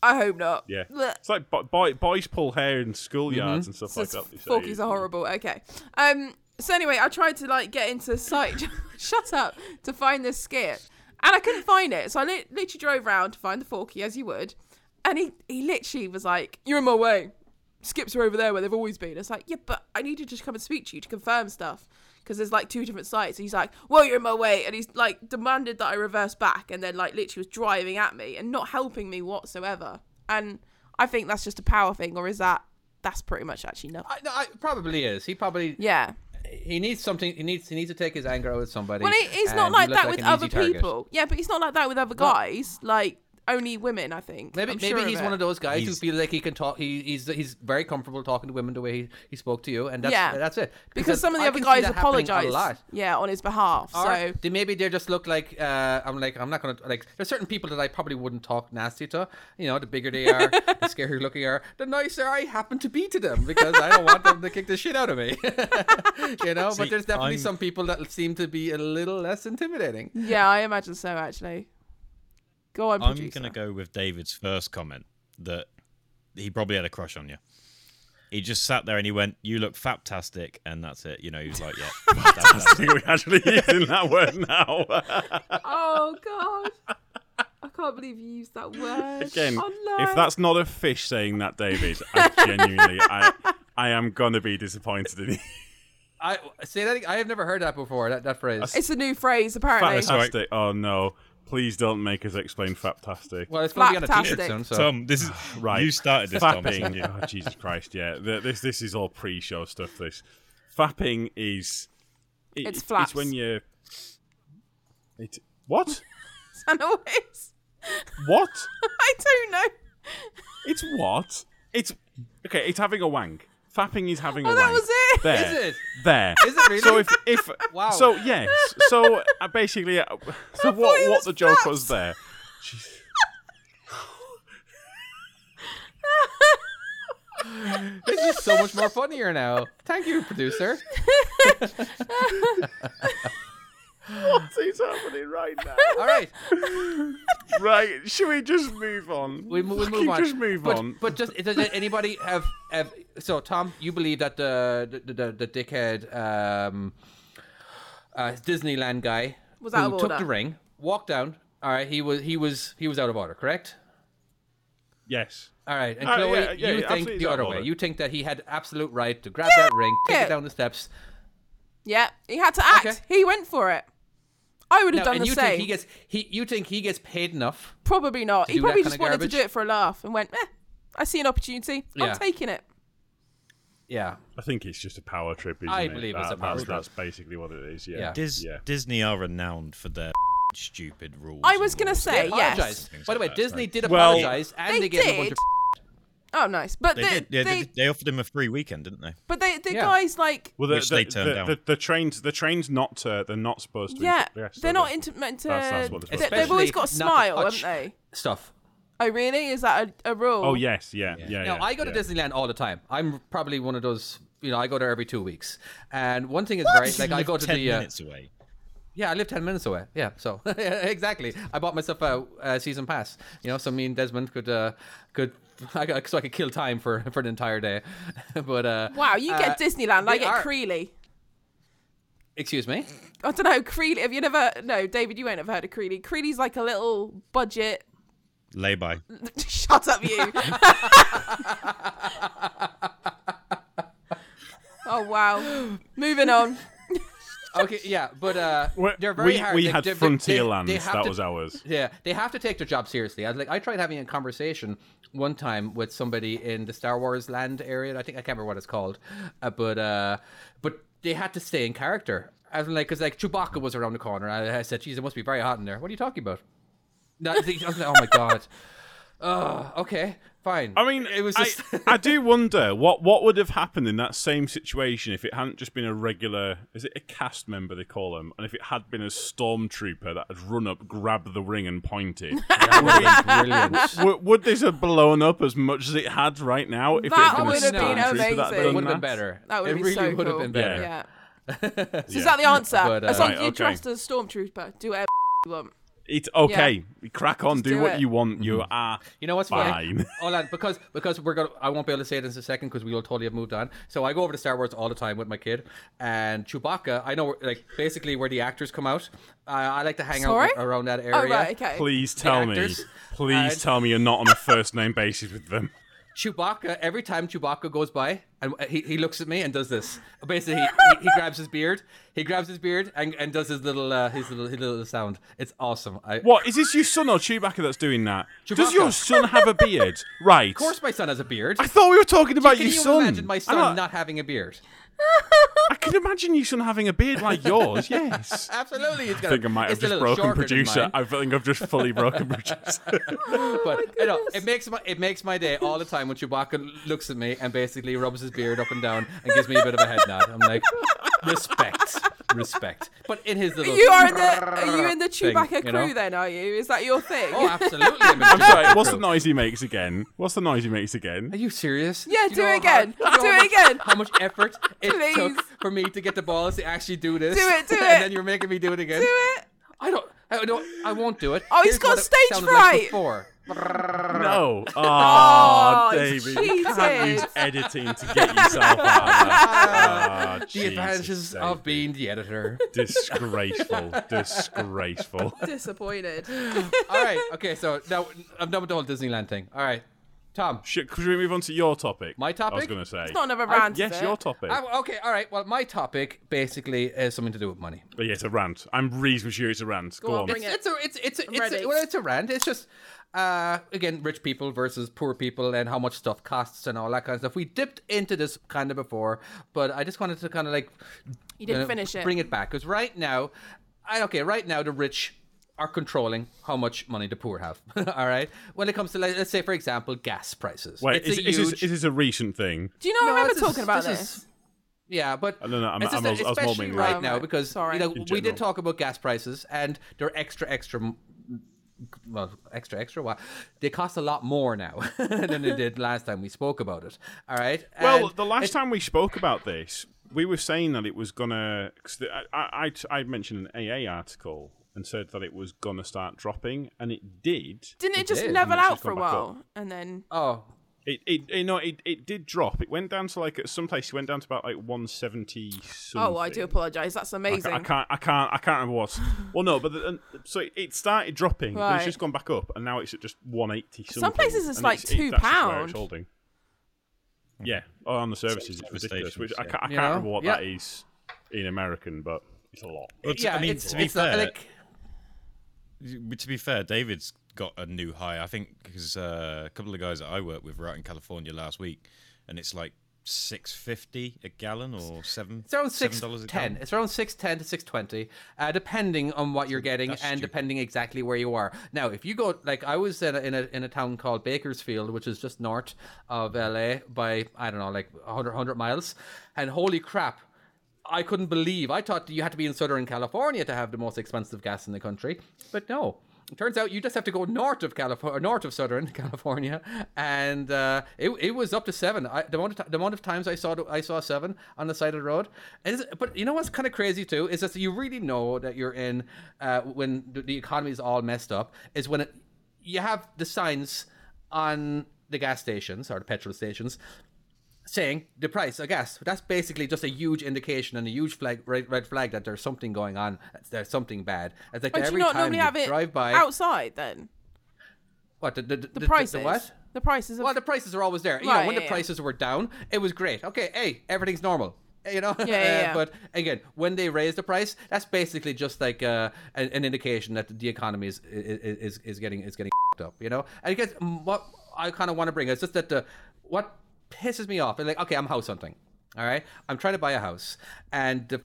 S4: I hope not. (laughs)
S1: Yeah,
S4: Blech.
S1: it's like bo- boy, boys pull hair in schoolyards and stuff like
S4: Mm-hmm. So
S1: that. they say.
S4: forkies are
S1: (laughs)
S4: horrible. Okay. Um. So anyway, I tried to like get into sight. (laughs) shut up. To find this skip, and I couldn't find it. So I li- literally drove round to find the forky, as you would. And he he literally was like, "You're in my way. Skips are over there where they've always been." It's like, yeah, but I need to just come and speak to you to confirm stuff. Because there's like two different sites. And he's like, well, you're in my way. And he's like demanded that I reverse back and then like literally was driving at me and not helping me whatsoever. And I think that's just a power thing, or is that that's pretty much actually nothing.
S3: I, no, I, probably is. He probably
S4: Yeah.
S3: he needs something. He needs he needs to take his anger out with somebody.
S4: Well, it, it's not
S3: and
S4: like
S3: you look
S4: that with
S3: an
S4: other
S3: easy target.
S4: people. Yeah, but it's not like that with other guys. Like only women, I think.
S3: Maybe
S4: I'm
S3: maybe
S4: sure
S3: he's
S4: it.
S3: one of those guys who
S5: He's-
S3: feels like he can talk. He, he's he's very comfortable talking to women the way he, he spoke to you, and that's
S4: Yeah.
S3: that's it.
S4: because some of the
S3: I
S4: other
S3: can see
S4: guys
S3: that happening
S4: apologize.
S3: a lot.
S4: Yeah, on his behalf.
S3: Or
S4: so
S3: they, maybe they just look like uh, I'm like I'm not gonna like. There's certain people that I probably wouldn't talk nasty to. You know, the bigger they
S4: (laughs)
S3: are, the scarier looking they are, the nicer I happen to be to them because I don't want them to kick the shit out of me. (laughs) you know, but
S5: See,
S3: there's definitely
S5: I'm-
S3: some people that seem to be a little less intimidating.
S4: yeah, I imagine so actually. Go on,
S5: I'm
S4: producer.
S5: gonna go with David's first comment that he probably had a crush on you. He just sat there and he went, "You look fantastic," and that's it. You know, he
S4: (laughs)
S5: was like, "Yeah, fantastic."
S1: I think we're actually using that word now. (laughs)
S4: (laughs) Oh god. I can't believe you used that word.
S1: Again,
S4: online.
S1: if that's not a fish saying that, David,
S4: (laughs)
S1: I genuinely, I, I am gonna be disappointed in you.
S3: I say that I have never heard that before. That that phrase.
S4: it's a new phrase apparently. (laughs)
S5: Fantastic.
S1: Fantastic. Oh no! Please don't make us explain fantastic.
S3: well, it's going to be on a
S4: Flaptastic.
S3: t-shirt soon. So
S4: (sighs)
S5: Tom, this is
S1: right.
S5: You started this,
S1: (laughs)
S5: Tom. didn't you?
S1: Fapping. oh, Jesus Christ! Yeah, Th- this this is all pre-show stuff. This fapping is. it-
S4: It's flaps.
S1: It's when you. It what?
S4: And always,
S1: what?
S4: (laughs) I don't know.
S1: It's what? It's okay. It's having a wank. Fapping is having a
S4: Oh,
S1: wank.
S4: that was it.
S1: There.
S3: Is it?
S1: There.
S3: Is it really?
S1: So if if
S3: Wow.
S1: So yes. So uh, basically, uh, so
S4: it
S1: what
S4: was
S1: what the joke
S4: flaps.
S1: was there?
S3: this is so much more funnier now. Thank you, producer.
S1: What's happening right now?
S3: All right,
S1: right. Should we just move on?
S3: we, mo- we
S1: Fucking
S3: move on.
S1: Just move
S3: but,
S1: on.
S3: But just does anybody have, have? So Tom, you believe that the the the, the dickhead um, uh, Disneyland guy
S4: (laughs) Was
S3: who
S4: out of
S3: took
S4: order.
S3: the ring walked down. All right, he was he was he was out of order, correct?
S1: yes.
S3: All right, and
S1: All right,
S3: Chloe,
S1: Uh, yeah, yeah,
S3: you
S1: yeah, absolutely
S3: think the
S1: out
S3: other
S1: of
S3: way.
S1: order.
S3: You think that he had absolute right to grab that ring, take
S4: Yeah.
S3: it down the steps,
S4: Yeah, he had to act.
S3: Okay.
S4: He went for it. I would have
S3: Now,
S4: done
S3: and
S4: the
S3: you
S4: same.
S3: think he gets he? You think he gets paid enough?
S4: Probably not. He
S3: do that
S4: probably
S3: kind
S4: just
S3: of
S4: wanted to
S3: garbage?
S4: do it for a laugh and went, eh, I see an opportunity.
S3: Yeah.
S4: I'm taking it.
S3: Yeah.
S1: I think it's just a power trip. Isn't
S3: I
S1: it?
S3: believe it's
S1: That-
S3: a power
S1: that's,
S3: trip.
S1: That's basically what it is. Yeah.
S3: Yeah.
S5: Dis-
S1: yeah.
S5: Disney are renowned for their (laughs) stupid rules.
S4: I
S5: and
S4: was gonna
S5: rules.
S4: say yes.
S3: apologized. By the way,
S5: Things like
S3: Disney
S5: that,
S3: did
S1: Well-
S3: apologize, and
S4: They
S3: they, gave him a bunch
S4: did.
S3: of.
S4: Oh, nice. But
S5: They
S4: the,
S5: did. Yeah,
S4: they,
S5: they, did- they offered him a free weekend, didn't they?
S4: but they, the
S3: Yeah.
S4: guys like
S1: Well, the,
S5: Which
S1: the,
S5: they turned
S1: the,
S5: down.
S1: The, the trains, the trains, not uh, they're not supposed to. be-
S4: yeah,
S1: yes,
S4: they're not
S1: they-
S4: into, meant to.
S1: That's- that's what it's
S4: they-
S1: supposed to
S4: they've
S1: be.
S4: always got a
S3: Especially not to
S4: smile, haven't
S3: touch
S4: they?
S3: Stuff.
S4: Oh, really? Is that a, a rule?
S1: Oh yes, yeah, yeah.
S3: Now
S1: yeah,
S3: I go to
S1: yeah.
S3: Disneyland all the time. I'm probably one of those. You know, I go there every two weeks. And one thing is great.
S5: (laughs)
S3: Like I go to
S5: ten
S3: the. Uh,
S5: minutes away.
S3: yeah, I live ten minutes away. Yeah, so (laughs) exactly. I bought myself a, a season pass. You know, so me and Desmond could uh, could. (laughs) I, got- so I could kill time for for an entire day, (laughs) but uh,
S4: Wow, you get
S3: uh,
S4: Disneyland. I
S3: they
S4: get
S3: are-
S4: Creeley.
S3: Excuse me.
S4: I don't know Creeley. Have you never? No, David, you won't have heard of Creeley. Creeley's like a little budget. (laughs)
S5: Lay by.
S4: Shut up,
S3: (laughs)
S4: you. oh wow. Moving on.
S3: Okay, yeah, but uh,
S1: (laughs) We-
S3: they're very
S1: we,
S3: hard.
S1: we
S3: They-
S1: had
S3: they- they-
S1: Frontierland.
S3: they- they have
S1: that
S3: to-
S1: was ours.
S3: Yeah, they have to take their job seriously. I was like, I tried having a conversation one time with somebody in the Star Wars land area. I think I can't remember what it's called, uh, but uh, but they had to stay in character. I was like, because like Chewbacca was around the corner. I, I said, "Geez, it must be very hot in there." What are you talking about? No, I was like, oh my god. Uh, okay, fine.
S1: I mean,
S3: it was
S1: I-
S3: just. (laughs)
S1: (laughs) I, do wonder what what would have happened in that same situation if it hadn't just been a regular. Is it a cast member they call them? And if it had been a stormtrooper that had run up, grabbed the ring, and pointed,
S4: (laughs)
S3: brilliant.
S1: (laughs) would, would this have blown up as much as it had right now? If
S4: That
S1: it had
S4: would
S1: been a
S4: have been
S1: stormtrooper that had
S4: amazing.
S1: done
S3: It would
S1: that?
S3: have been better.
S4: That would
S3: it
S4: be
S3: really
S4: so
S3: would have
S4: cool.
S3: been
S1: (laughs)
S3: better.
S4: Yeah. So
S1: Yeah.
S4: is that the answer?
S3: But, uh,
S4: as long
S1: Right,
S4: as you
S1: okay.
S4: trust a stormtrooper, do whatever you want.
S1: It's okay. Crack on. do,
S4: do
S1: what
S4: it.
S1: you want. You
S3: Mm-hmm.
S1: are.
S3: You know what's
S1: Fine. (laughs)
S3: funny? Hold on, because because we're gonna. I won't be able to say this in a second because we'll totally have moved on. So I go over to Star Wars all the time with my kid and Chewbacca. I know like basically where the actors come out. Uh, I I like to hang
S4: Sorry?
S3: out around that area.
S4: Oh right, okay.
S1: Please tell me.
S3: actors,
S1: Please
S3: uh,
S1: tell me you're not on a first name basis with them.
S3: Chewbacca. Every time Chewbacca goes by, and he, he looks at me and does this.
S4: (laughs)
S3: Basically, he, he, he grabs his beard. He grabs his beard and, and does his little uh, his little his little sound. It's awesome. I, of
S1: What is this? Your son or Chewbacca that's doing that? Does
S3: Chewbacca.
S1: your son have a (laughs) beard? Right. Of
S3: course, my son has a beard.
S1: I thought we were talking about
S3: Can
S1: your
S3: you
S1: son.
S3: imagine my
S1: I'm
S3: son
S1: not-
S3: not having a beard?
S1: I can imagine your son having a beard like (laughs) yours. Yes. I
S3: Absolutely, he's gonna,
S1: think I might have
S3: it's a
S1: just
S3: little
S1: broken
S3: shorter than
S1: producer.
S3: mine.
S1: I think I've just fully (laughs) broken producer.
S4: Oh
S3: but you know, it makes my it makes my day all the time when Chewbacca looks at me and basically rubs his beard up and down and gives me a bit of a head nod. I'm like, respect, respect. But in his little,
S4: You are in the are you in the
S3: thing,
S4: Chewbacca
S3: you
S4: crew
S3: know?
S4: then? Are you? Is that your thing?
S3: Oh, absolutely. I'm, in
S1: I'm sorry. What's (laughs) the
S3: Chewbacca.
S1: noise he makes again? What's the noise he makes again?
S3: Are you serious?
S4: Yeah,
S3: you
S4: do
S3: know
S4: it
S3: how hard- (laughs)
S4: again.
S3: you know
S4: Do
S3: how
S4: it
S3: much-
S4: again.
S3: How much effort it
S4: (laughs) Please.
S3: took for me to get the balls to actually do this?
S4: Do it, do
S3: (laughs)
S4: it.
S3: And then you're making me do it again.
S4: Do it.
S3: I don't. I don't. I won't do it.
S4: Oh, he's
S3: Here's
S4: got
S3: what it
S4: stage
S3: sounded
S4: fright.
S3: Like before.
S1: No. Oh,
S4: Oh,
S1: David,
S4: it's
S1: you can't
S4: cheated.
S1: use editing to (laughs) get yourself out of that. Oh,
S3: The advantages of being the editor.
S1: disgraceful, disgraceful.
S4: Disappointed.
S3: All right. Okay. So now I'm done with the whole Disneyland thing. All right, Tom.
S1: Should, could we move on to your topic? I
S3: My
S1: was
S3: topic?
S1: going to say.
S4: Not another rant.
S1: yes,
S4: is it?
S1: your topic.
S3: I- okay. All right. Well, my topic basically is something to do with money.
S1: But yeah, it's a rant. I'm reasonably sure it's a rant. Go,
S4: on,
S1: on.
S4: bring it.
S3: It's a. It's it's a, it's
S4: ready.
S3: a, well, it's a rant. It's just uh again rich people versus poor people and how much stuff costs and all that kind of stuff. We dipped into this kind of before, but I just wanted to kind of like
S4: You didn't
S3: uh,
S4: finish it.
S3: Bring it back because right now, I, okay, right now the rich are controlling how much money the poor have. (laughs) all right, when it comes to like, let's say for example gas prices.
S1: Wait,
S3: It's
S1: is,
S3: a
S1: is,
S3: huge-
S1: this, is this a recent thing?
S4: Do you know? I remember
S3: this is-
S4: talking about this.
S3: is- yeah, but
S1: don't know, I'm-
S3: it's just
S1: I'm- I was- I was
S3: especially
S1: mobbing you.
S3: right
S4: Oh,
S3: now
S4: right.
S3: because
S4: Sorry.
S3: you know
S4: In
S3: we
S1: general.
S3: did talk about gas prices and they're extra, extra. m- Well, extra, extra. What? They cost a lot more now (laughs) than they did last time we spoke about it. All right.
S4: Um,
S1: Well,
S3: And
S1: the last time we spoke about this, we were saying that it was gonna. 'cause the- I, I I mentioned an AA article and said that it was gonna start dropping, and it did.
S4: Didn't it just
S3: did.
S4: level
S1: And it's
S4: out
S1: just
S4: for a
S1: gone back
S4: while and then?
S3: oh,
S1: It it, it no, it, it did drop. It went down to like at some place. It went down to about like 170. Something.
S4: Oh, I do apologize. That's amazing.
S1: I can't, I can't, I can't remember what. Well, no, but the, and- so it, it started dropping, then
S4: Right.
S1: it's just gone back up, and now it's at just one eighty.
S4: Some places it's
S1: and
S4: like
S1: it- that's just where it's
S4: £2.
S1: holding. Yeah, or on the services, it's
S5: Service
S1: ridiculous. Which
S5: stations,
S1: I, ca-
S5: yeah.
S1: I can't
S3: You know?
S1: remember what
S3: Yeah.
S1: that is in American, but it's a lot.
S5: But
S3: yeah.
S5: I mean,
S3: it's,
S5: to be
S3: it's
S5: fair,
S3: not like
S5: to be fair, David's got a new high. I think because uh, a couple of guys that I work with were out in California last week, and it's like six fifty a gallon or seven.
S3: It's around
S5: seven
S3: six
S5: dollars a
S3: ten.
S5: gallon.
S3: It's around six ten to six twenty, uh, depending on what you're getting and
S5: that's stupid.
S3: depending exactly where you are. Now, if you go like I was in a, in a in a town called Bakersfield, which is just north of LA by I don't know like 100, 100 miles, and holy crap. I couldn't believe. I thought you had to be in Southern California to have the most expensive gas in the country, but no. It turns out you just have to go north of California, north of Southern (laughs) California, and uh, it, it was up to seven. I, the, amount of t- the amount of times I saw the- I saw seven on the side of the road. Is, but you know what's kind of crazy too is that you really know that you're in uh, when the, the economy is all messed up is when it, you have the signs on the gas stations or the petrol stations saying the price of gas. That's basically just a huge indication and a huge flag, red, red flag that there's something going on. that There's something bad. It's like
S4: Wait, do
S3: every
S4: you not
S3: time
S4: normally
S3: you
S4: have it
S3: drive by,
S4: outside then?
S3: what the the, the,
S4: The, prices.
S3: The what?
S4: The prices of
S3: Well, the prices are always there. You know,
S4: Right,
S3: when
S4: yeah,
S3: the
S4: yeah.
S3: prices were down, it was great. Okay, hey, everything's normal. eh, You know, (laughs) Uh,
S4: yeah, yeah.
S3: but again, when they raise the price, that's basically just like uh, an, an indication that the economy is is, is, is getting is getting up. You know, and I guess mm, what I kind of want to bring is just that the what pisses me off is like, okay, I'm house hunting. All right, I'm trying to buy a house, and the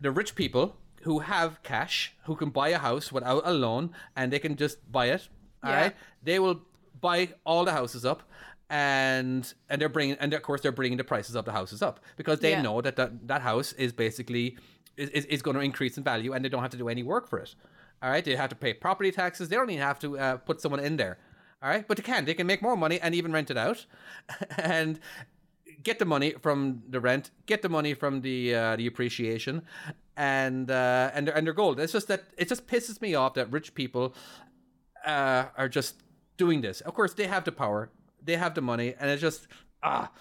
S3: the rich people who have cash who can buy a house without a loan and they can just buy it all right.
S4: Yeah.
S3: they will buy all the houses up and and they're bringing and of course they're bringing the prices of the houses up because they
S4: Yeah.
S3: know that, that that house is basically is, is, is going to increase in value and they don't have to do any work for it all right they have to pay property taxes they don't even have to uh, put someone in there all right but they can they can make more money and even rent it out (laughs) and get the money from the rent, get the money from the uh, the appreciation, and uh, and their- and their gold. It's just that it just pisses me off that rich people uh, are just doing this. Of course, they have the power, they have the money, and it's just ah,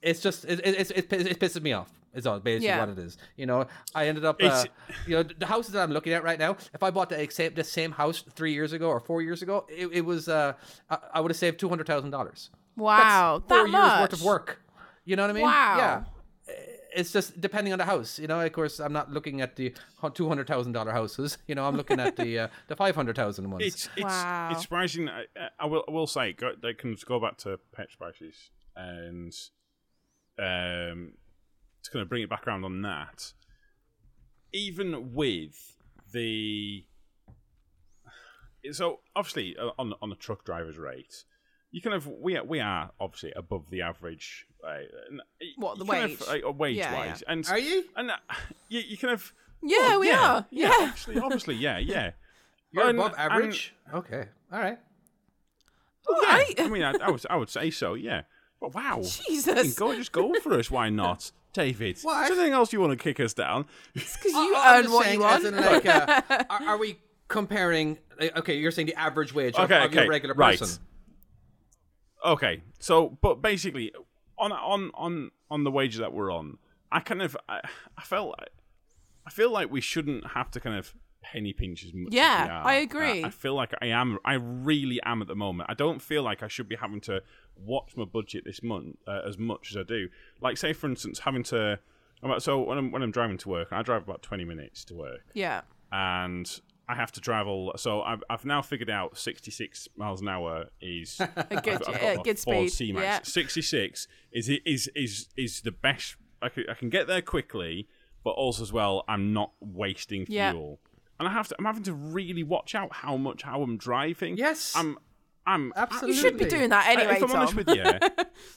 S3: it's just it it, it, it, it pisses me off. It's all basically
S4: Yeah.
S3: what it is. You know, I ended up, uh,
S1: It's-
S3: you know, the houses that I'm looking at right now. If I bought the same the same house three years ago or four years ago, it, it was uh, I, I would have saved two hundred thousand dollars.
S4: wow,
S3: That's
S4: that
S3: four years
S4: much.
S3: worth of work. You know what I mean?
S4: Wow.
S3: Yeah. It's just depending on the house, you know. Of course, I'm not looking at the two hundred thousand dollar houses. (laughs) You know, I'm looking at the uh, the five hundred thousand ones.
S4: (laughs)
S1: It's it's,
S4: Wow.
S1: it's surprising. I, I- I will I will say go, they can just go back to pet prices and um, to kind of bring it back around on that. Even with the so obviously uh, on on the truck driver's rate, you kind of we are, we are obviously above the average. Uh, n-
S4: What, the
S1: you kind of-
S4: wage?
S1: uh, wage
S4: Yeah,
S1: wise, and
S3: Are you?
S1: And uh, you, you kind of
S4: Yeah,
S1: well,
S4: we are.
S1: Yeah,
S4: Yeah. (laughs)
S1: obviously, obviously, yeah, yeah.
S3: (laughs) You're
S1: And-
S3: above
S1: and-
S3: average. okay, all right.
S1: yeah,
S4: Right.
S1: I mean, I, I would, I would say so. Yeah. But wow,
S4: Jesus.
S1: go just go for us. Why not, David?
S3: Why?
S1: Is there anything else you want to kick us down?
S4: Because you
S3: I- I'm
S4: earn
S3: just
S4: what
S3: saying
S4: you
S3: as
S4: want.
S3: in, like,
S4: (laughs)
S3: uh, are, are we comparing? like, Okay, you're saying the average wage of,
S1: Okay,
S3: of your
S1: okay,
S3: regular
S1: right.
S3: person.
S1: Okay, so but basically, on on on on the wages that we're on, I kind of I, I felt like, I feel like we shouldn't have to kind of penny pinch as much. as
S4: Yeah,
S1: we are.
S4: I agree.
S1: I, I feel like I am. I really am at the moment. I don't feel like I should be having to watch my budget this month uh, as much as I do. Like, say for instance, having to. I'm about- So when I'm when I'm driving to work, I drive about twenty minutes to work
S4: yeah.
S1: and I have to travel. So I've, I've now figured out 66 miles an hour
S4: (laughs)
S1: is a
S4: good- yeah, good speed, yeah.
S1: 66 is is is is the best. I can, I can get there quickly, but also as well, I'm not wasting
S4: Yeah.
S1: fuel. And I have to. I'm having to really watch out how much how I'm driving.
S3: Yes.
S1: I'm. I'm
S3: Absolutely.
S4: Uh, You should be doing that anyway,
S1: if I'm
S4: Tom.
S1: honest with
S4: (laughs)
S1: you,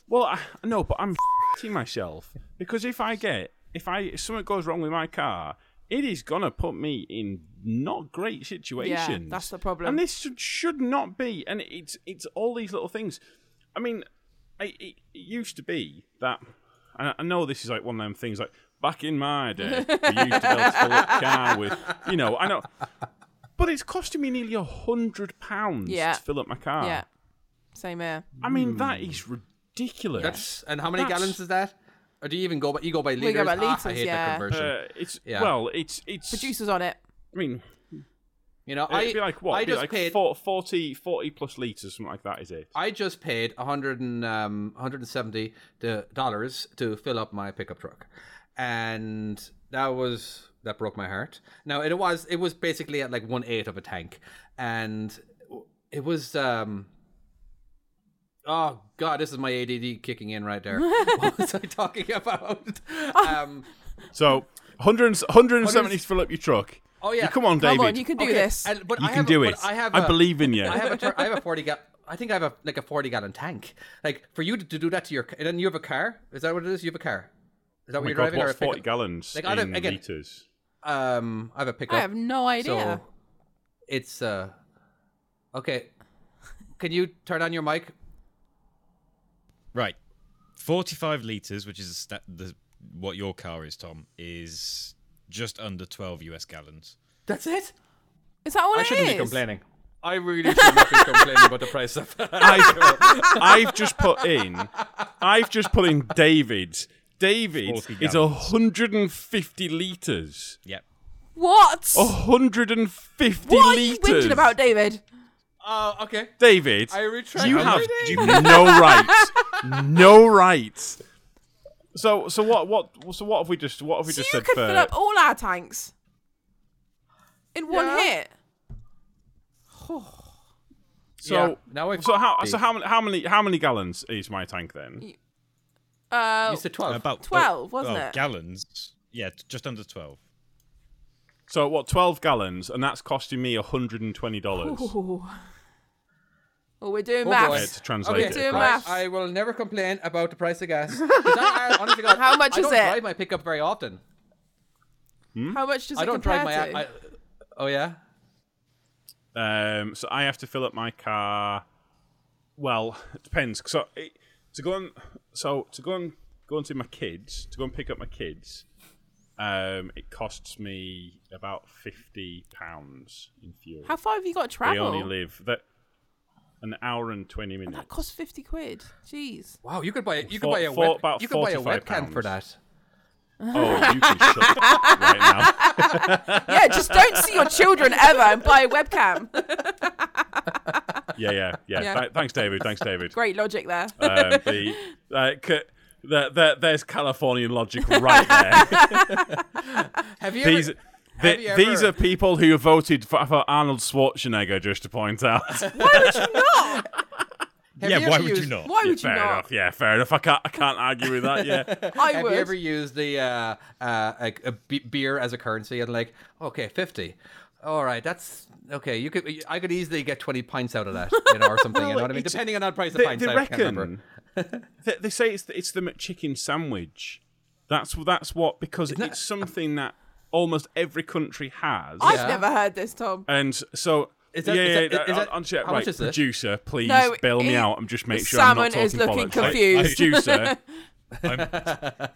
S1: well, I, no, but I'm f***ing myself because if I get if I if something goes wrong with my car, it is gonna put me in not great situations.
S4: that's the problem.
S1: And this should, should not be. And it's it's all these little things. I mean, I, it, it used to be that, and I- I know this is like one of them things like. Back in my day, we used to be able to fill
S4: (laughs)
S1: up a car with, you know, I know, but it's costing me nearly a hundred pounds
S4: Yeah.
S1: to fill up my car.
S4: yeah.
S3: ah.
S4: Same here.
S1: I mean, that is ridiculous.
S3: That's and how many
S1: Hmm. That's-
S3: gallons is that? Or do you even go? by You go by liters.
S4: We go by
S3: Ah, I
S4: liters,
S3: hate
S4: yeah.
S3: that conversion.
S1: uh, it's
S3: Yeah.
S1: well, it's it's.
S4: Producers on it.
S1: I mean,
S3: you know, I
S1: it'd be like what?
S3: I
S1: It'd be
S3: just
S1: like
S3: paid.
S1: four- 40, 40 plus liters, something like that. Is it?
S3: I just paid 100 and, um, 170 the dollars to fill up my pickup truck, and that was that broke my heart. Now it was it was basically at like one eighth of a tank, and it was um, Oh God, this is my ADD kicking in right there. what was I talking about? Um,
S1: So, 100, 170 to fill up your truck.
S3: Oh, yeah.
S1: You come on,
S4: Come
S1: David. Oh
S4: on, you can do this.
S3: and- but
S1: You
S3: I
S1: can
S3: have a-
S1: do
S3: but
S1: it.
S3: I have.
S1: I
S3: a-
S1: believe in you.
S3: I have a. tur- I have a forty gallon. I think I have a like a forty gallon tank. Like for you to, to do that to your, ca- and then you have a car. Is that what it is? You have a car. Is that what
S1: Oh my
S3: you're
S1: God,
S3: driving? or
S1: what's
S3: a pickup?
S1: 40 gallons
S3: Like, I don't-
S1: in
S3: again-
S1: litres?
S3: Um, I have a pickup.
S4: I have no idea.
S3: So it's uh, okay. Can you turn on your mic?
S5: Right, forty-five liters, which is the sta- the what your car is, Tom, is just under twelve US gallons.
S3: That's it.
S4: is that all
S3: I
S4: it
S3: shouldn't be
S4: is?
S3: complaining. I really should not be complaining about the price of (laughs)
S1: I've, I've just put in. I've just put in David. David
S5: 40
S1: is
S5: gallons.
S1: 150 litres.
S5: Yep.
S4: What?
S1: Oh, 150
S4: what are you
S1: litres.
S4: whinging about, David?
S3: Oh, okay.
S1: David,
S3: I retract
S1: you
S3: my
S1: have
S3: reading.
S1: you have no right, no right. So, so what, what, so what have we just, what have we
S4: So
S1: just
S4: you
S1: said
S4: could
S1: first?
S4: fill up all our tanks in one
S3: Yeah.
S4: hit.
S1: So
S3: Yeah, now I've-
S1: so how, so how many, how many, how many gallons is my tank then?
S4: Uh,
S3: You said twelve.
S5: About
S4: 12, wasn't
S5: well,
S4: it?
S5: Gallons. Yeah, t- just under twelve.
S1: So what, 12 gallons, and that's costing me 120 dollars.
S4: ooh. well, we're doing
S3: Oh, boy.
S1: Yeah,
S4: maths.
S1: to translate
S4: Okay.
S1: it.
S4: Do
S1: right.
S4: math.
S3: I, I will never complain about the price of gas. 'Cause I, I, honestly, God,
S4: (laughs) How much
S3: I
S4: is
S3: don't
S4: it?
S3: drive my pickup very often.
S1: Hmm?
S4: How much does
S3: I
S4: it
S3: don't
S4: compare
S3: drive my.
S4: to?
S3: I, oh yeah.
S1: Um, so I have to fill up my car. Well, (laughs) it depends. So it, to go and so to go and go and see my kids to go and pick up my kids, um, it costs me about fifty pounds in fuel.
S4: How far have you got to
S1: they
S4: travel?
S1: only live that an hour and twenty minutes.
S4: That costs fifty quid.
S1: (laughs)
S4: Jeez.
S3: Wow, you could buy you could
S1: For-
S3: buy a
S1: for
S3: web,
S1: about
S3: you could buy a
S1: 45
S3: webcam for that.
S1: oh, you
S4: (laughs)
S1: can shut up right now.
S4: Yeah, just don't see your children ever and buy a webcam.
S1: Yeah, yeah, yeah.
S4: Yeah.
S1: Th- thanks, David. Thanks, David.
S4: Great logic there.
S1: um, the, uh, c- the, the, there's Californian logic right
S4: (laughs)
S1: there.
S3: Have you?
S1: these
S3: ever,
S1: th-
S3: have you
S1: these
S3: ever-
S1: are people who voted for, for Arnold Schwarzenegger. Just to point
S3: (laughs)
S1: out.
S3: have
S5: yeah,
S3: you
S5: why
S3: ever
S5: would
S3: used,
S5: you not?
S4: Why would you
S1: fair enough.
S4: not?
S1: Yeah, fair enough. I can't. I can't argue with that.
S3: (laughs)
S1: Yeah.
S4: I
S3: Have
S4: would.
S3: you ever used the uh, uh, like a be- beer as a currency and like okay fifty? All right, that's okay. You could I could easily get twenty pints out of that, you
S4: (laughs)
S3: know, or something. you know what I mean?
S1: it's-
S3: Depending on the price of
S1: they,
S3: pints,
S1: they
S3: I can't remember.
S1: reckon. (laughs) they, they say it's the, it's the McChicken sandwich. That's that's what because
S3: that-
S1: it's something that almost every country has.
S4: I've
S3: Yeah.
S4: never heard this, Tom.
S1: and so.
S3: Is that-
S1: yeah,
S3: is
S1: yeah,
S3: that-
S1: yeah,
S3: is that-
S1: on- on- yeah,
S3: how much
S1: right,
S3: is this?
S1: producer, please
S4: No,
S1: bail me
S4: he-
S1: out and just make sure I'm not
S4: Salmon
S1: talking
S4: is looking
S1: bollocks. (laughs)
S4: confused.
S3: (laughs)
S1: Producer,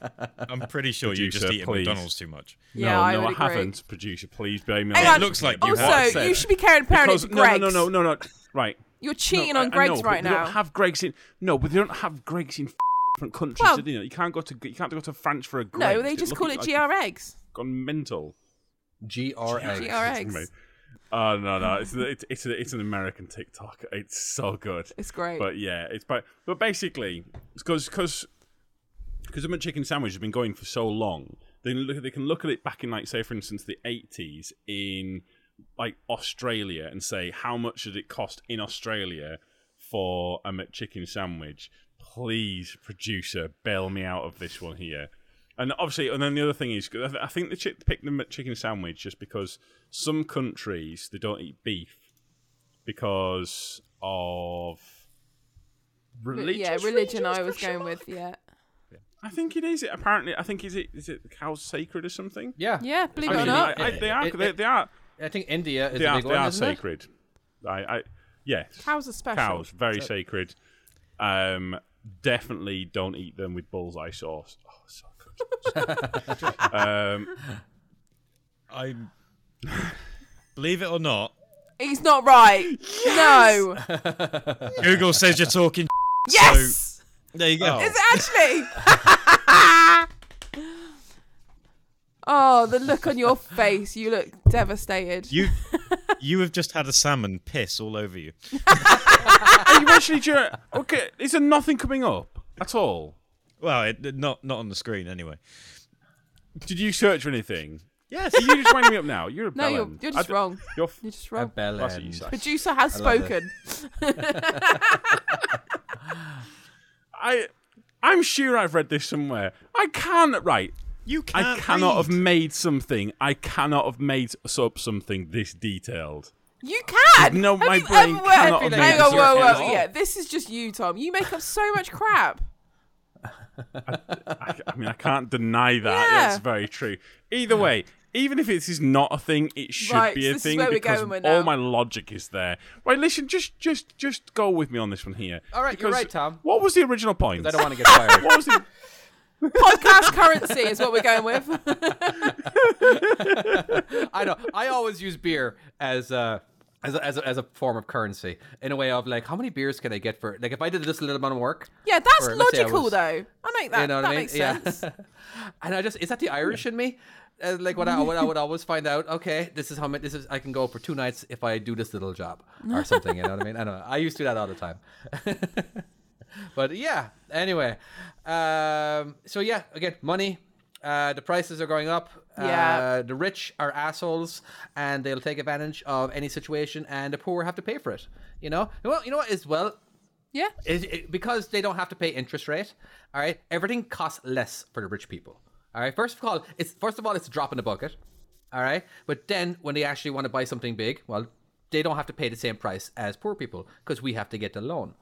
S5: I'm pretty sure you just
S1: Producer,
S5: eating
S1: please.
S5: McDonald's too much.
S4: Yeah,
S1: no,
S4: I
S1: no,
S4: would
S1: I
S4: agree.
S1: haven't. Producer, please bail me
S4: Hang
S1: out.
S4: on.
S5: It looks like you have.
S4: Also, you should be carrying parents
S1: Because-
S4: to
S1: no, no,
S4: Greg's.
S1: no, no, no, no. Right.
S4: You're cheating
S1: No, I-
S4: on
S1: I
S4: Greg's
S1: know, but
S4: right
S1: they
S4: now.
S1: Don't have Greg's in. No, but they don't have Greg's in (laughs) different countries.
S4: Well-
S1: do they? You can't go to you can't go to France for a Greg.
S4: no, they just call it GR eggs.
S1: Gone mental.
S3: G R
S4: GR
S3: A.
S4: eggs.
S1: Oh no, no, it's it's it's, it's an American TikTok. It's so good.
S4: It's great.
S1: But yeah, it's but but basically, because because because the McChicken sandwich has been going for so long, they can look they can look at it back in like say for instance the eighties in like Australia and say how much did it cost in Australia for a McChicken sandwich? Please, producer, bail me out of this one here. And obviously, and then the other thing is, 'cause I th- I think the chick picked the McChicken sandwich just because some countries they don't eat beef because of religion.
S4: yeah, religion I was going with, yeah.
S1: I think it is. Apparently, I think is it is it cows sacred or something?
S3: Yeah.
S4: Yeah, believe it
S1: I
S4: or
S1: mean,
S4: not.
S1: I- I- they are.
S3: It-
S1: They,
S3: it-
S1: they are.
S3: I think India is
S1: They
S3: a
S1: are,
S3: big
S1: they
S3: one.
S1: are
S3: isn't it?
S1: sacred. I, I yes.
S4: Cows are special.
S1: Cows very sacred. Um, definitely don't eat them with bullseye sauce. Oh, so good. um,
S5: I believe it or not,
S4: He's
S1: (laughs)
S4: not right. No.
S5: Google says you're talking. Oh.
S4: Yes.
S5: There you
S1: oh.
S5: go.
S1: (laughs)
S4: Is it actually? oh, the look on your face. You look devastated.
S5: (laughs) You you have just had a salmon piss all over you.
S1: are you actually? do you- Okay, is there nothing coming up at all?
S5: Well, it, not not on the screen anyway.
S1: Did you search for anything?
S5: Yes.
S1: Are you just winding me up now? You're a
S4: no, you're,
S1: bellend.
S4: you're
S1: I
S4: just
S1: d-
S4: wrong.
S1: You're f-
S4: You're just
S3: A
S4: wrong.
S1: that's what you
S3: bellend.
S1: say.
S4: Producer has
S3: love it.
S4: spoken.
S1: I, I'm sure I've read this somewhere. I can't right.
S5: You
S1: I
S5: can't
S1: cannot
S5: read.
S1: have made something. I cannot have made up something this detailed.
S4: You can.
S1: No,
S4: Have
S1: my
S4: you
S1: brain
S4: ever-
S1: cannot have
S3: every
S1: made
S3: day
S4: Hang
S3: Yeah,
S4: on,
S1: this up
S4: whoa,
S1: at
S4: whoa,
S1: all.
S4: yeah. This is just you, Tom. You make up so much crap.
S1: I, I mean, I can't deny that.
S4: Yeah.
S1: That's very true. Either way, even if this is not a thing, it should
S4: Right,
S1: be
S4: so
S1: a
S4: this is
S1: thing
S4: where we're
S1: because
S4: going with
S1: all
S4: now.
S1: my logic is there. Right, listen, just just just go with me on this one here.
S3: All right, you're
S1: because
S3: right, Tom.
S1: What was the original point?
S3: I don't want to get
S1: (laughs)
S3: fired.
S1: What was
S3: (laughs)
S1: the
S4: Podcast currency is what we're going with.
S3: I know. I always use beer as a as a, as a, as a form of currency in a way of like, how many beers can I get for like if I did this little amount of work?
S4: Yeah, that's
S3: Or let's say I
S4: logical
S3: was-
S4: though. I make that.
S3: you know what
S4: that
S3: I mean?
S4: makes sense.
S3: Yeah. (laughs) and I just is that the Irish in me? Uh, like what
S4: (laughs)
S3: I what I would always find out. Okay, this is how much this is. I can go for two nights if I do this little job or something. You know what I mean? I don't know. I used to do that all the time. (laughs) but yeah. Anyway, um, so yeah. Again, money. Uh, the prices are going up.
S4: Yeah.
S3: Uh, the rich are assholes, and they'll take advantage of any situation, and the poor have to pay for it. You know. Well, you know what? As well,
S4: Yeah.
S3: is it, because they don't have to pay interest rate. All right, everything costs less for the rich people. All right, first of all, it's first of all it's a drop in the bucket. All right, but then when they actually want to buy something big, well, they don't have to pay the same price as poor people because we have to get the loan.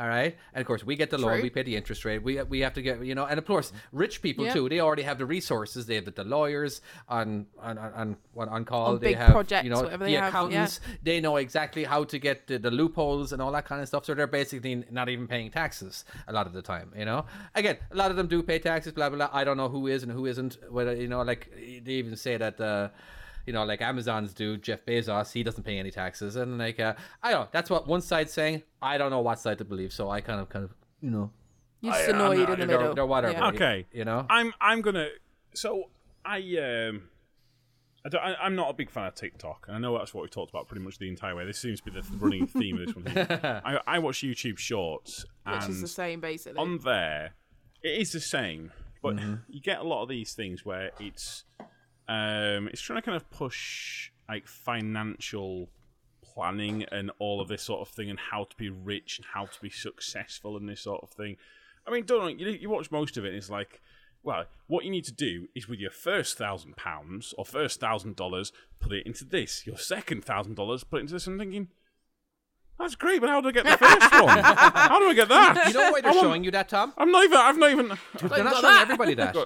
S3: All right, and of course we get the loan,
S4: True.
S3: we pay the interest rate, we we have to get you know, and of course rich people
S4: Yeah.
S3: too. They already have the resources. They have the, the lawyers on on on on, on, on call.
S4: On
S3: they
S4: big
S3: have
S4: projects,
S3: you know
S4: whatever
S3: the
S4: they have, yeah.
S3: accountants they know exactly how to get the, the loopholes and all that kind of stuff. So they're basically not even paying taxes a lot of the time. You know, again, a lot of them do pay taxes. Blah blah. blah. I don't know who is and who isn't. Whether you know, like they even say that. Uh, you know, like Amazon's do, Jeff Bezos, he doesn't pay any taxes, and like uh, I don't. know. That's what one side's saying. I don't know what side to believe, so I kind of, kind of, you know,
S4: You're
S1: I-
S4: just
S1: I'm
S4: annoyed
S1: not-
S4: in the
S1: they're-
S4: middle.
S3: they're whatever.
S4: Yeah.
S1: Okay,
S3: you know?
S1: I'm I'm gonna. So I um, I don't, I, I'm not a big fan of TikTok, and I know that's what we've talked about pretty much the entire way. This seems to be the th- running theme of this one.
S3: (laughs)
S1: Here. I, I watch YouTube Shorts, and
S4: Which is the same basically.
S1: on there, it is the same, but you get a lot of these things where it's um, it's trying to kind of push like financial planning and all of this sort of thing, and how to be rich and how to be successful and this sort of thing. I mean, don't know, you, you watch most of it, and it's like. Well, what you need to do is with your first thousand pounds or first thousand dollars, put it into this. Your second thousand dollars, put it into this. I'm thinking, that's great, but how do I get the first one? How do I get that?
S3: (laughs) you know why they're
S1: I want-
S3: showing you that, Tom?
S1: I'm not even. I've not even.
S3: They're not showing
S4: (laughs)
S3: everybody that.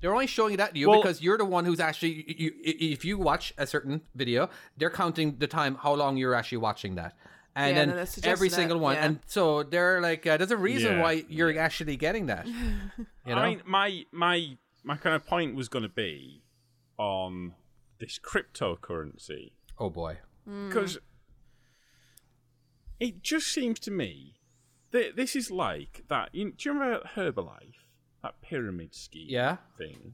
S3: They're only showing it at you
S1: Well-
S3: because you're the one who's actually. You, i if you watch a certain video, they're counting the time how long you're actually watching that, and
S4: Yeah, no,
S3: then
S4: they're
S3: every
S4: suggesting it,
S3: single one.
S4: yeah.
S3: And so they're like, uh, "There's a reason
S1: Yeah,
S3: why you're actually getting
S4: (laughs)
S3: that." You know,
S1: I mean, my my my kind of point was going to be on this cryptocurrency
S3: oh boy,
S1: because it just seems to me that this is like that. You, do you remember Herbalife, that pyramid scheme
S3: Yeah.
S1: thing,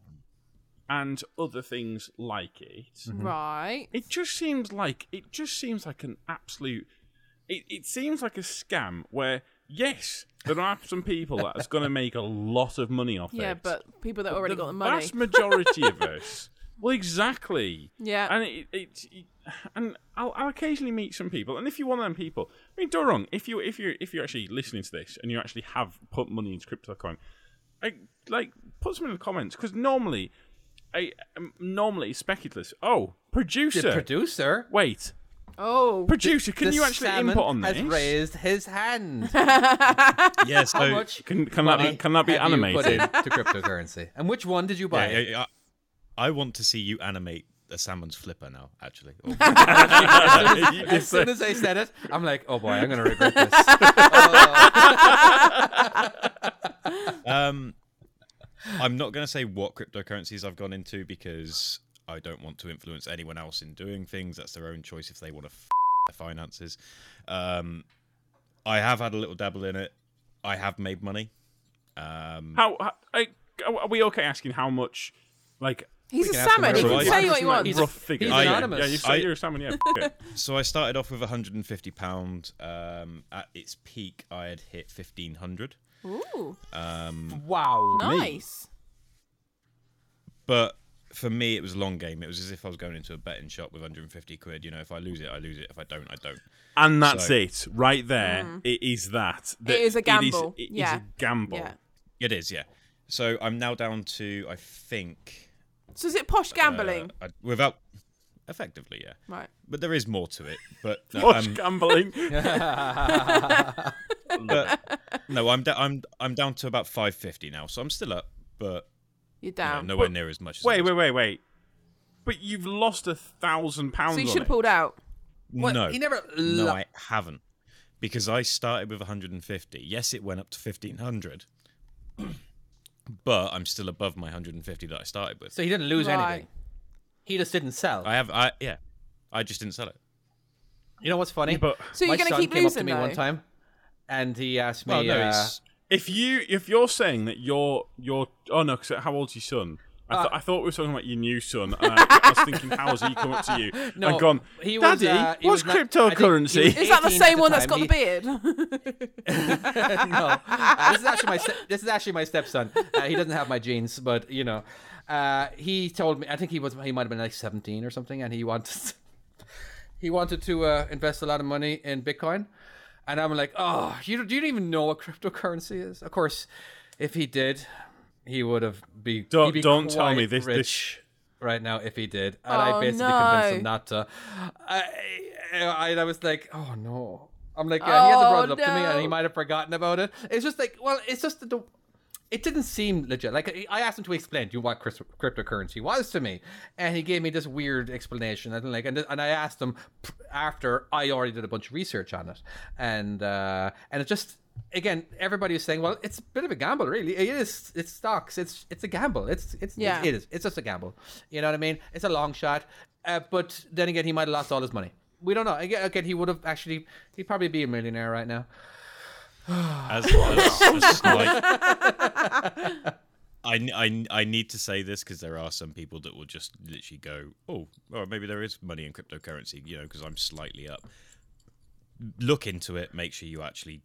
S1: and other things like it?
S4: (laughs)
S3: Mm-hmm.
S4: Right.
S1: It just seems like it just seems like an absolute. It, it seems like a scam where yes, there are some people that's going to make a lot of money off it.
S4: Yeah, but people that already got the money.
S1: vast majority
S4: (laughs)
S1: of us. Well, exactly.
S4: Yeah.
S1: and it, it, it and I'll, I'll occasionally meet some people, and if you're one of them people, I mean, don't get me wrong. If you if you if you're actually listening to this and you actually have put money into cryptocurrency, I, like put some in the comments because normally, I um, normally it's speculative. Oh,
S3: the
S1: producer,
S3: producer.
S1: wait,
S4: Oh.
S1: producer, can
S3: the
S1: you actually
S3: salmon
S1: input on this?
S3: Has raised his
S4: (laughs)
S3: hand.
S5: Yeah, so,
S3: How much?
S1: Oh, Can can that
S3: money
S1: be, can that be
S3: have you put
S1: animated? (laughs)
S3: into cryptocurrency? And which one did you
S5: Yeah,
S3: buy?
S5: yeah, yeah, I, I want to see you animate a salmon's flipper now. Actually,
S1: (laughs)
S5: Or-
S1: You can
S3: As
S1: say-
S3: soon as I said it, I'm like, "Oh boy, I'm
S1: (laughs)
S3: gonna regret this." Oh.
S5: um, I'm not going to say what cryptocurrencies I've gone into because I don't want to influence anyone else in doing things. That's their own choice if they want to f- their finances. Um, I have had a little dabble in it. I have made money. Um,
S1: How, how I, are we okay asking how much? Like
S4: He's a
S3: can ask him
S4: salmon. He
S5: whatever
S4: can
S5: he
S4: say
S5: wants.
S4: what he
S1: Like,
S4: wants.
S1: rough figures.
S3: he's
S1: Yeah,
S3: anonymous.
S1: Yeah, you say
S5: I-
S1: you're a salmon. Yeah. fuck it.
S5: So I started off with 150 pound. Um, at its peak, I had hit 1500.
S4: Ooh.
S5: Um,
S3: Wow.
S4: Nice.
S5: but for me, it was a long game. It was as if I was going into a betting shop with 150 quid. You know, if I lose it, I lose it. If I don't, I don't.
S1: And that's
S5: So-
S1: it, right there. It is that. That-
S4: is a gamble,
S1: It is,
S4: yeah.
S1: a gamble.
S4: Yeah.
S5: It is, yeah. So I'm now down to, I think,
S4: So is it posh
S5: uh,
S4: gambling?
S5: I- without effectively, yeah.
S4: right.
S5: But there is more to it.
S1: (laughs)
S5: But no,
S1: Posh
S5: um,
S1: gambling.
S5: but, no I'm da- I'm I'm down to about 550 now. So I'm still up, but
S4: You're
S5: you know,
S4: down.
S5: nowhere near as much. As I
S1: wait,
S5: was.
S1: wait, wait, wait. But you've lost a thousand pounds.
S4: so you
S1: on
S4: should have
S1: it.
S4: pulled out.
S3: What?
S5: No,
S3: He never.
S5: no,
S3: lo-
S5: I haven't, because I started with 150. Yes, it went up to 1500, (clears throat) but I'm still above my 150 that I started with.
S3: So he didn't lose
S4: Right.
S3: anything. He just didn't sell.
S5: I have, I yeah, I just didn't sell it.
S3: you know what's funny?
S1: but-
S4: So you're
S3: My
S4: gonna
S3: son
S4: keep
S3: came up
S4: losing,
S3: to me one
S4: though?
S3: time, and he asked me.
S5: Well, no,
S3: uh,
S5: it's
S1: If you if you're saying that your your oh no, 'cause how old's your son? I,
S3: Uh,
S1: th- I thought we were talking about your new son. And I, I was thinking, how has he come up to you
S3: (laughs) No,
S1: and gone?
S3: he was,
S1: Daddy,
S3: uh, he
S1: what's
S3: was not- I think he was-
S1: cryptocurrency? (laughs)
S4: Is that the
S3: 18 at
S4: same
S3: the
S4: one that's
S3: time,
S4: got
S3: he-
S4: the beard?
S3: no, Uh, (laughs) this is actually my ste- this is actually my stepson. Uh, he doesn't have my genes, but you know, uh, he told me. I think he was he might have been like seventeen or something, and he wanted he wanted to uh, invest a lot of money in Bitcoin, and I'm like, oh, you don't- you don't even know what cryptocurrency is. Of course, if he did, he would have be he'd
S1: don't
S3: be
S1: don't tell me
S3: quite
S1: this.
S3: rich
S1: this
S3: right now if he did. And
S4: Oh,
S3: I basically convinced him
S4: no.
S3: not to. I, I, I was like, oh no. I'm like, yeah, he hasn't brought it
S4: Oh,
S3: up to me and he
S4: no.
S3: might have forgotten about it. It's just like, well, it's just the. It didn't seem legit. Like I asked him to explain, "Do you know what crypt- cryptocurrency was to me?" And he gave me this weird explanation. And like, and, and I asked him p- after I already did a bunch of research on it, and uh, and it just again, everybody was saying, "Well, it's a bit of a gamble, really. It is. It's stocks. It's it's a gamble. It's it's
S4: Yeah.
S3: yeah. it is. It's just a gamble. You know what I mean? It's a long shot. Uh, but then again, he might have lost all his money. We don't know. Again, again he would have actually. He'd probably be a millionaire right now.
S5: as, as, as slight- I, n- I n- I need to say this because there are some people that will just literally go, oh, well, maybe there is money in cryptocurrency, you know, because I'm slightly up. Look into it. Make sure you actually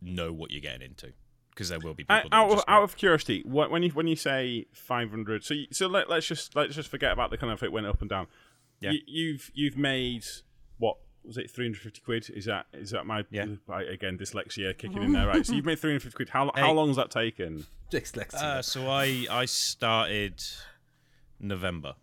S5: know what you're getting into because there will be people.
S1: I,
S5: that
S1: out
S5: will
S1: of
S5: just go,
S1: out of curiosity, wh- when you when you say five hundred, so you, so let, let's just let's just forget about the kind of it went up and down.
S5: Yeah.
S1: You, you've you've made what was it three hundred fifty quid? Is that is that my
S5: Yeah.
S1: I, again dyslexia kicking
S3: (laughs)
S1: in there? Right. So you've made three hundred fifty quid. How lo- how
S5: Hey.
S1: long has that taken?
S3: Dyslexia.
S5: Uh, so I I started November.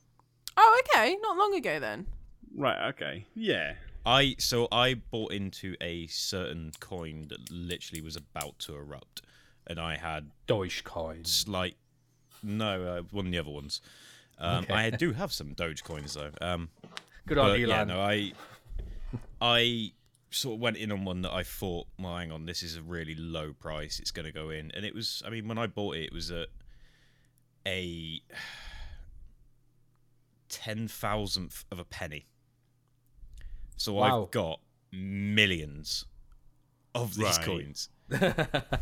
S4: oh, okay. Not long ago then.
S1: Right. Okay. Yeah.
S5: I so I bought into a certain coin that literally was about to erupt, and I had
S3: Dogecoin.
S5: slight. No, uh, one of the other ones. Um, I do have some Dogecoins though. Um,
S3: Good on
S5: but
S3: Elon.
S5: yeah, no, I, I sort of went in on one that I thought, well, hang on, this is a really low price. It's going to go in, and it was. I mean, when I bought it, it was at a ten thousandth of a penny. So
S3: Wow.
S5: I've got millions of these
S1: Right.
S5: coins. (laughs)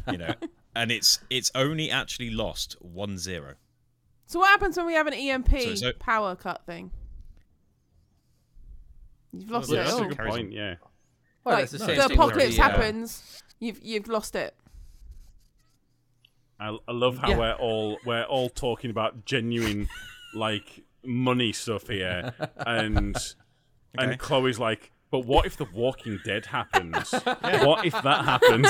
S5: you know, and it's it's only actually lost one zero.
S3: (laughs)
S4: So what happens when we have an EMP
S5: So it's o-
S4: power cut thing? You've lost
S1: Yeah,
S4: it.
S1: that's
S4: all.
S1: a good
S5: Carries on.
S1: point. Yeah.
S3: Well,
S4: Like,
S3: it's the
S4: the,
S3: same thing with
S4: apocalypse
S3: the, uh,
S4: happens. You've you've lost it.
S1: I, I love how
S3: Yeah.
S1: we're all we're all talking about
S3: (laughs)
S1: genuine like money stuff here, and
S5: Okay.
S1: and Chloe's like, but what if The Walking Dead
S3: (laughs)
S1: happens? What if that happens?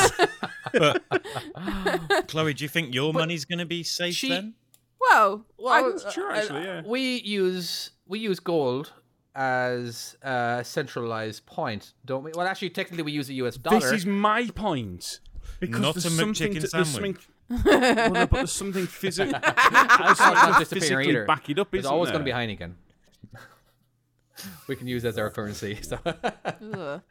S5: Chloe, do you think your money's going to be safe
S3: She-
S5: then?
S4: Well,
S3: Well,
S4: I-
S3: uh,
S1: Sure, actually, yeah.
S3: we use we use gold as a centralized point, don't we? Well, actually, technically, we use a US dollar.
S1: This is my point. Because
S5: Not
S1: there's
S5: a
S1: something
S5: McChicken
S1: to- there's
S5: sandwich.
S1: something- (laughs)
S3: (laughs)
S1: well, no, but there's something physical.
S3: It's not
S1: something to
S3: disappearing
S1: physically
S3: either.
S1: back it up,
S3: It's
S1: isn't
S3: always going
S1: there?
S3: to be Heineken. (laughs) we can use that as our currency. So.
S4: ugh.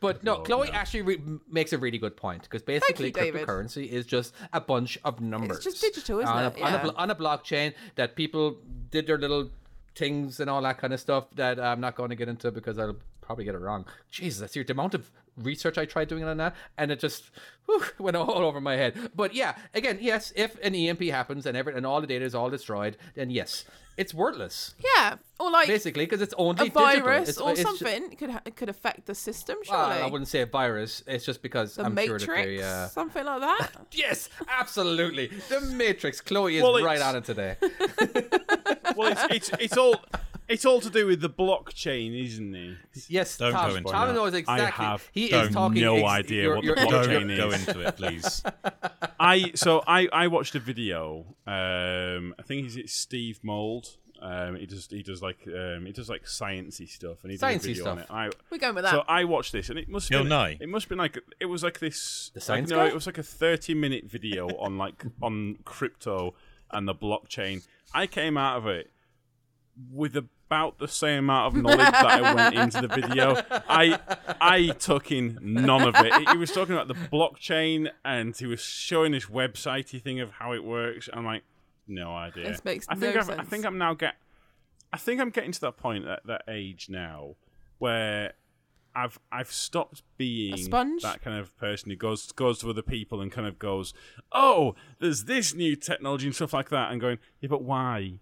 S3: But
S1: Oh,
S3: no, Chloe actually re- makes a really good point because basically
S4: you, David.
S3: cryptocurrency is just a bunch of numbers.
S4: just digital, isn't
S3: on a,
S4: it?
S3: On, a,
S4: Yeah.
S3: blo- on a blockchain that people did their little things and all that kind of stuff that I'm not going to get into because I'll probably get it wrong. Jesus, that's your the amount of research I tried doing on that, and it just whew, went all over my head. But yeah, again, yes, if an EMP happens and every and all the data is all destroyed, then yes, it's worthless
S4: Yeah, or like
S3: basically because it's only
S4: a virus
S3: digital.
S4: or
S3: It's, it's ju-
S4: something it could ha- it could affect the system.
S3: well,
S4: Surely
S3: I wouldn't say a virus. It's just because
S4: the
S3: I'm
S4: Matrix,
S3: sure that they. Uh,
S4: something like that.
S3: yes, absolutely. The Matrix. Chloe is
S1: Well,
S3: right
S1: it's-
S3: on it today.
S1: Well, it's, it's it's all it's all to do with the blockchain, isn't it?
S3: Yes,
S5: Don't
S3: Tom,
S5: go into
S3: Tom
S5: that.
S3: knows exactly.
S1: have
S3: he
S1: don't
S3: is talking.
S1: no
S3: ex-
S1: idea
S3: you're-
S1: what the
S3: you're-
S1: blockchain
S3: you're-
S5: Don't
S1: Jane
S5: go
S1: is.
S5: into it, (laughs) please.
S1: I so I I watched a video. Um, I think he's it's Steve Mould. Um, he does he does like um, he does like sciencey stuff, and he does a
S3: Sciencey
S1: video on it.
S3: stuff.
S1: I,
S4: We're going with that.
S1: So uh, I watched this, and it must
S5: Bill
S1: be
S5: Nye.
S1: it must be like it was like this.
S3: The science
S1: like, no,
S3: guy?
S1: it was like a thirty-minute
S3: (laughs)
S1: video on like on crypto and the blockchain. I came out of it with about the same amount of knowledge that I went into the video. I I took in none of it. He was talking about the blockchain, and he was showing this websitey thing of how it works. I'm like, no idea.
S4: This makes
S1: I think
S4: no
S1: I've- I
S4: sense.
S1: think I'm now get. I think I'm getting to that point at that age now where I've I've stopped being
S4: sponge?
S1: that kind of person who goes goes to other people and kind of goes, "Oh, there's this new technology and stuff like that," and going, "Yeah, but why?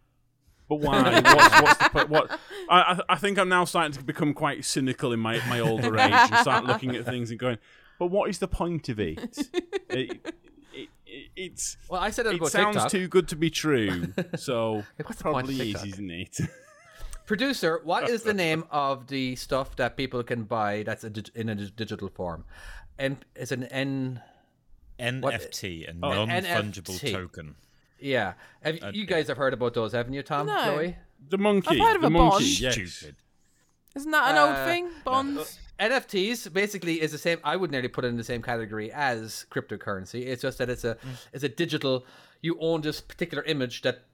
S1: But
S4: (laughs)
S1: why? what's, what's the point? What?" I, I I think I'm now starting to become quite cynical in my my older age and start looking at things and going, "But what is the point of it?
S4: (laughs)
S1: it, it, it it's."
S3: Well, I said that
S1: It
S3: about
S1: sounds
S3: TikTok.
S1: too good to be true,
S3: (laughs)
S1: so
S3: What's the point of
S1: probably is,
S3: TikTok?
S1: isn't it? (laughs)
S3: Producer, what is the name of the stuff that people can buy that's a dig- in a dig- digital form? And it's an N.
S5: NFT, a
S3: Oh,
S5: non-fungible
S3: NFT.
S5: token.
S3: Yeah, have, you guys have heard about those, haven't you, Tom?
S4: No.
S3: Chloe?
S1: The monkey,
S4: I've heard of
S1: the
S4: a
S3: Oh,
S1: monkey,
S4: bond.
S1: yes.
S5: Stupid.
S4: Isn't that an
S3: Uh,
S4: old thing? Bonds.
S1: Uh,
S3: NFTs basically is the same. I would nearly put it in the same category as cryptocurrency. It's just that it's a it's a digital. You own this particular image that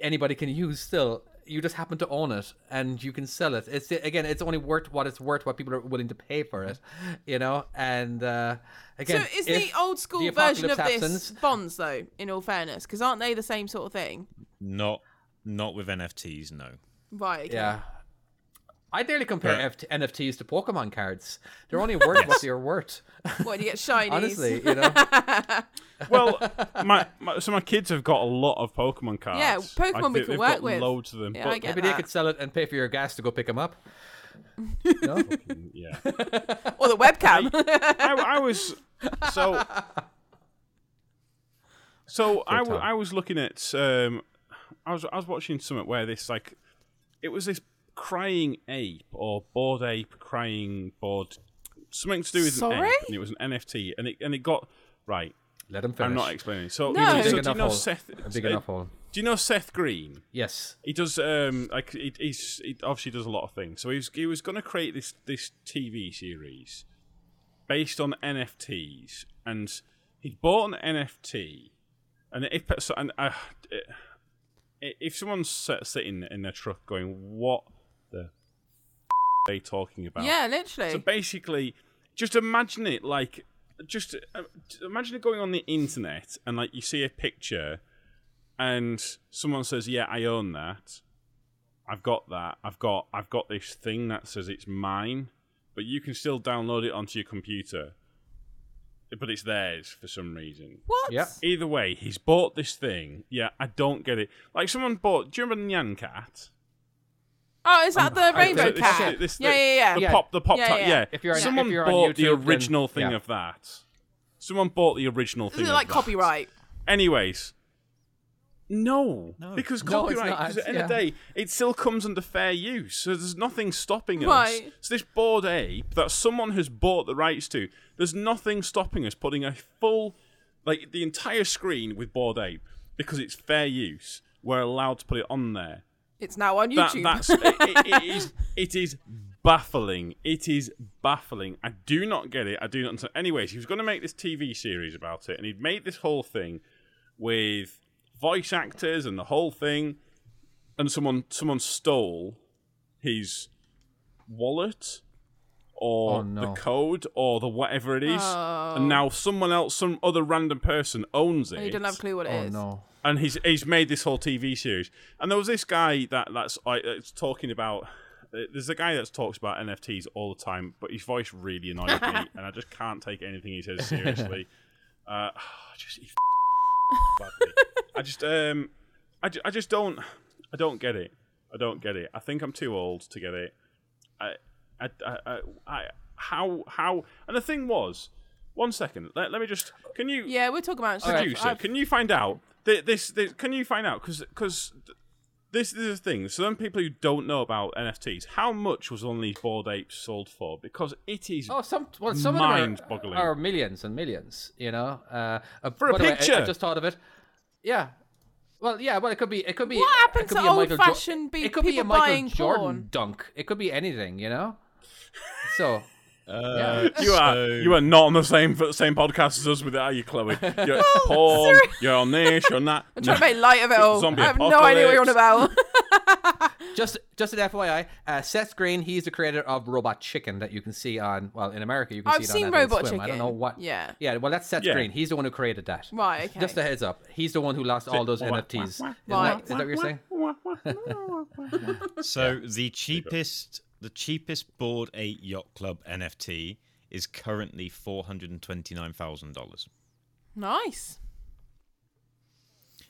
S3: anybody can use. Still, you just happen to own it and you can sell it. It's again, it's only worth what it's worth, what people are willing to pay for it. You know, and uh, again,
S4: so is
S3: if
S4: the old school
S3: the
S4: version of
S3: apocalypse
S4: this
S3: happens-
S4: bonds though? In all fairness, because aren't they the same sort of thing?
S5: Not, not with NFTs. No.
S4: Right. okay.
S3: Yeah. I daily compare
S5: Yeah.
S3: FT- NFTs to Pokemon cards. They're only worth what they're worth.
S4: What do you get shinies?
S3: (laughs) Honestly,
S4: (laughs)
S3: you know.
S1: Well, my, my so my kids have got a lot of Pokemon cards.
S4: Yeah,
S1: Like,
S4: Pokemon we
S1: they-
S4: can
S1: they've
S4: work
S1: got
S4: with.
S1: Loads of them.
S4: Yeah,
S1: but-
S4: I get
S3: Maybe they
S4: that.
S3: could sell it and pay for your gas to go pick them up.
S1: yeah.
S4: or the (laughs) webcam.
S1: I, I was
S4: (laughs)
S1: so so I, w-
S3: time.
S1: I was looking at um I was I was watching something where this like it was this crying ape or bored ape crying bored something to do with an
S4: Sorry?
S1: ape and it was an NFT and it and it got right
S3: Let them finish.
S1: I'm not
S4: (laughs)
S1: explaining so,
S4: No.
S1: so
S4: A big
S1: do you
S3: enough
S1: know
S3: hole.
S1: Seth uh,
S3: A big enough hole.
S1: do you know Seth Green
S3: Yes.
S1: He does um like he, he's he obviously does a lot of things. So he was he was going to create this this TV series based on NFTs, and he bought an NFT, and if so, and uh, i- if someone's sit- sitting in their truck going, "What the f- are they talking about?"
S4: yeah, literally.
S1: So basically, just imagine it like just uh, imagine it going on the internet and like you see a picture and someone says, "Yeah, I own that. I've got that. I've got I've got this thing that says it's mine, but you can still download it onto your computer. But it's theirs for some reason."
S4: what?
S3: Yeah.
S1: Either way, he's bought this thing. Yeah, I don't get it. Like someone bought. Do you remember Nyan Cat?
S4: Oh, is that the
S3: I-
S4: rainbow
S1: Is it
S4: cat?
S1: This, this,
S4: yeah,
S1: the,
S4: yeah, yeah,
S1: The
S3: Yeah.
S1: pop, the pop,
S4: Yeah,
S1: tart-
S4: yeah.
S3: If you're on- if
S1: Someone
S3: you're on
S1: bought the
S3: YouTube, then-
S1: original thing
S3: yeah.
S1: of that. Someone bought the original
S4: Is
S1: thing.
S4: it
S1: of
S4: like
S1: that.
S4: copyright?
S1: Anyways, no,
S5: No.
S1: because
S3: No, it's
S1: copyright.
S3: not,
S1: 'cause at the end of the
S3: yeah.
S1: day, it still comes under fair use. So there's nothing stopping us.
S4: Right.
S1: So this bored ape that someone has bought the rights to, there's nothing stopping us putting a full, like the entire screen with bored ape because it's fair use. We're allowed to put it on there
S4: It's now on
S1: that,
S4: YouTube. (laughs)
S1: that's it, it, it is it is baffling. It is baffling. I do not get it. I do not. Understand. Anyways, he was going to make this TV series about it, and he'd made this whole thing with voice actors and the whole thing, and someone someone stole his wallet or
S3: Oh, no.
S1: the code or the whatever it is, and now someone else, some other random person owns it
S4: and Oh. you don't have a clue what it
S3: Oh
S4: is.
S3: no.
S1: and he's he's made this whole TV series. And there was this guy that that's I, that's talking about Uh, There's a guy that talks about NFTs all the time, but his voice really annoys me, and I just can't take anything he says seriously. Uh, (sighs) just he (laughs) badly. I just um, I, ju- I just don't I don't get it. I don't get it. I think I'm too old to get it. I I I, I, I how how and the thing was. One second. Let, let me just. Can you?
S4: Yeah, we're talking about stuff.
S1: producer,
S4: I've-
S1: can you find out th- this, this? Can you find out because because this is the thing. So then people who don't know about NFTs, how much was one of these board apes sold for? Because it is
S3: Oh, some well, some of them
S1: Mind-boggling.
S3: are, are millions and millions. You know, uh, uh,
S1: For a
S3: by the way, I- I,
S1: picture!
S3: just thought of it. Yeah. Well, yeah. Well, it could be. It could be.
S4: What
S3: it
S4: happened
S3: could
S4: to
S3: be a Michael Jo-
S4: old-fashioned be-
S3: It could be a
S4: people
S3: Michael
S4: buying
S3: Jordan
S4: porn?
S3: dunk. It could be anything. You know.
S1: (laughs)
S3: So.
S1: Uh,
S3: yeah.
S1: you
S3: (laughs)
S1: are you are not on the same the same podcast as us with it, are you,
S4: (laughs)
S1: Chloe? You're porn. You're on this. You're on that.
S4: Oh, I'm
S3: (laughs)
S4: trying to make light of it all.
S1: Zombie
S4: I have no idea what you're on about. (laughs)
S3: Just, just an FYI, uh, Seth Green, he's the creator of Robot Chicken that you can see on. Well, in America, you can
S4: I've
S3: see it
S4: seen
S3: on Adult
S4: Robot
S3: Swim. I don't
S4: Chicken.
S3: know what.
S4: Yeah.
S3: yeah. Well, that's Seth
S1: Yeah.
S3: Green. He's the one who created that.
S4: Right, okay.
S3: Just a heads up. He's the one who lost all those NFTs. Is
S4: Right.
S3: that what you're saying?
S5: So the cheapest, the cheapest board eight yacht club NFT is currently four hundred and twenty nine thousand dollars.
S4: nice.
S3: (laughs)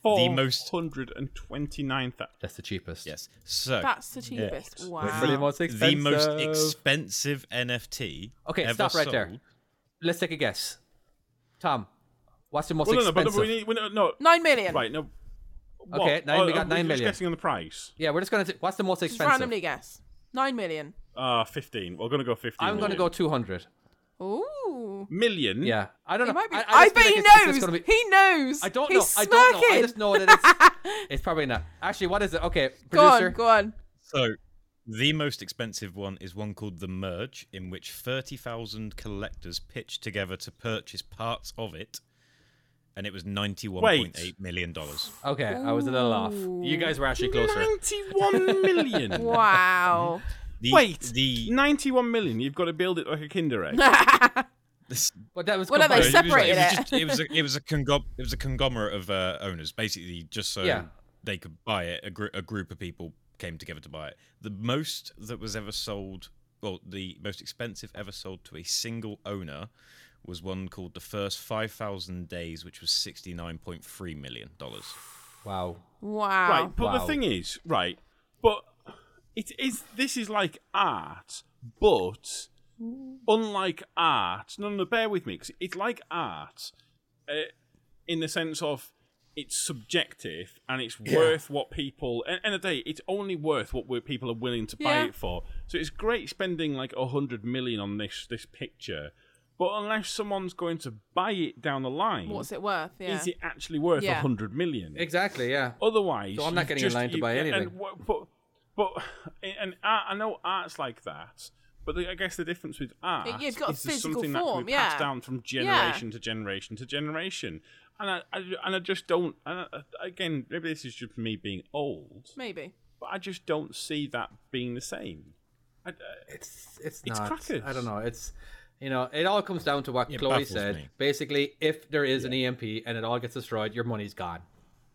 S5: The most-
S1: hundred and twenty nine thousand.
S3: That's the cheapest.
S5: Yes. So
S4: That's the cheapest.
S3: Pretty
S4: Wow.
S3: much
S5: the
S3: expensive.
S5: most expensive NFT.
S3: Okay,
S5: ever
S3: stop right there.
S5: sold-
S3: Let's take a guess. Tom, what's the most
S1: Well, no, no, but
S3: expensive?
S1: we need we, no, no
S4: Nine million.
S1: right no. What?
S3: Okay, nine- we
S1: Oh,
S3: got
S1: are
S3: nine
S1: just
S3: million.
S1: guessing on the price.
S3: Yeah, we're just gonna. T- what's the most
S4: Just
S3: expensive?
S4: randomly guess. Nine million.
S1: Uh, 15. We're going to go 15.
S3: I'm gonna go
S1: million.
S3: two hundred.
S4: Ooh.
S1: million.
S3: Yeah, I don't
S4: He
S3: know.
S4: might be. I,
S3: I, I just
S4: bet
S3: feel
S4: he
S3: like it's- it's
S4: knows.
S3: gonna be-
S4: He knows.
S3: I don't know.
S4: He's Smirking.
S3: I don't know. I just know that it's. it's probably not. Actually, what is it? Okay,
S4: Go
S3: producer.
S4: on,
S3: (laughs)
S4: go on.
S5: So the most expensive one is one called the Merge, in which thirty thousand collectors pitched together to purchase parts of it, and it was ninety one point eight million dollars.
S3: Okay, I was a little off. You guys were actually closer.
S1: 91
S3: (laughs)
S1: million.
S4: Wow.
S5: The,
S1: Wait,
S5: the
S1: 91 million. You've got to build it like a Kinder Egg.
S5: this-
S3: But that was.
S4: What are they,
S3: combined.
S5: it was-
S4: separated
S5: it was
S4: it.
S5: just- it was a, it was a conglomerate it was a conglomerate of uh, owners, basically, just so
S3: Yeah.
S5: they could buy it. A, gr- a group of people came together to buy it. The most that was ever sold, well, the most expensive ever sold to a single owner, was one called the first five thousand days, which was sixty nine point three million dollars.
S3: Wow.
S4: (laughs) Wow.
S1: Right, but the
S3: Wow.
S1: thing is, right, but it is this is like art, but unlike art. No, no, bear with me because it's like art, uh, in the sense of it's subjective and it's worth what people. At the end of the day, it's only worth what we people are willing to buy
S4: Yeah.
S1: it for. So it's great spending like a hundred million on this this picture. But unless someone's going to buy it down the line,
S4: What's it worth? Yeah.
S1: Mm. is it actually worth a
S4: Yeah.
S1: hundred million?
S3: Exactly. Yeah.
S1: Otherwise,
S3: So I'm not
S1: you've
S3: getting in
S1: just,
S3: line to
S1: you-
S3: buy
S1: and
S3: anything.
S1: what- but, but and art, I know art's like that, but the, I guess the difference with art
S4: Yeah, it's got a
S1: is there's
S4: physical
S1: something that
S4: form,
S1: can be passed
S4: yeah.
S1: down from generation to generation to generation. And I, I and I just don't. And I, again, maybe this is just me being old,
S4: Maybe.
S1: but I just don't see that being the same. I, I-
S3: It's it's
S1: It's
S3: not.
S1: crackers.
S3: I don't know. It's you know, it all comes down to what
S5: It
S3: Chloe
S5: baffles
S3: said.
S5: me.
S3: Basically, if there is an EMP and it all gets destroyed, your money's gone.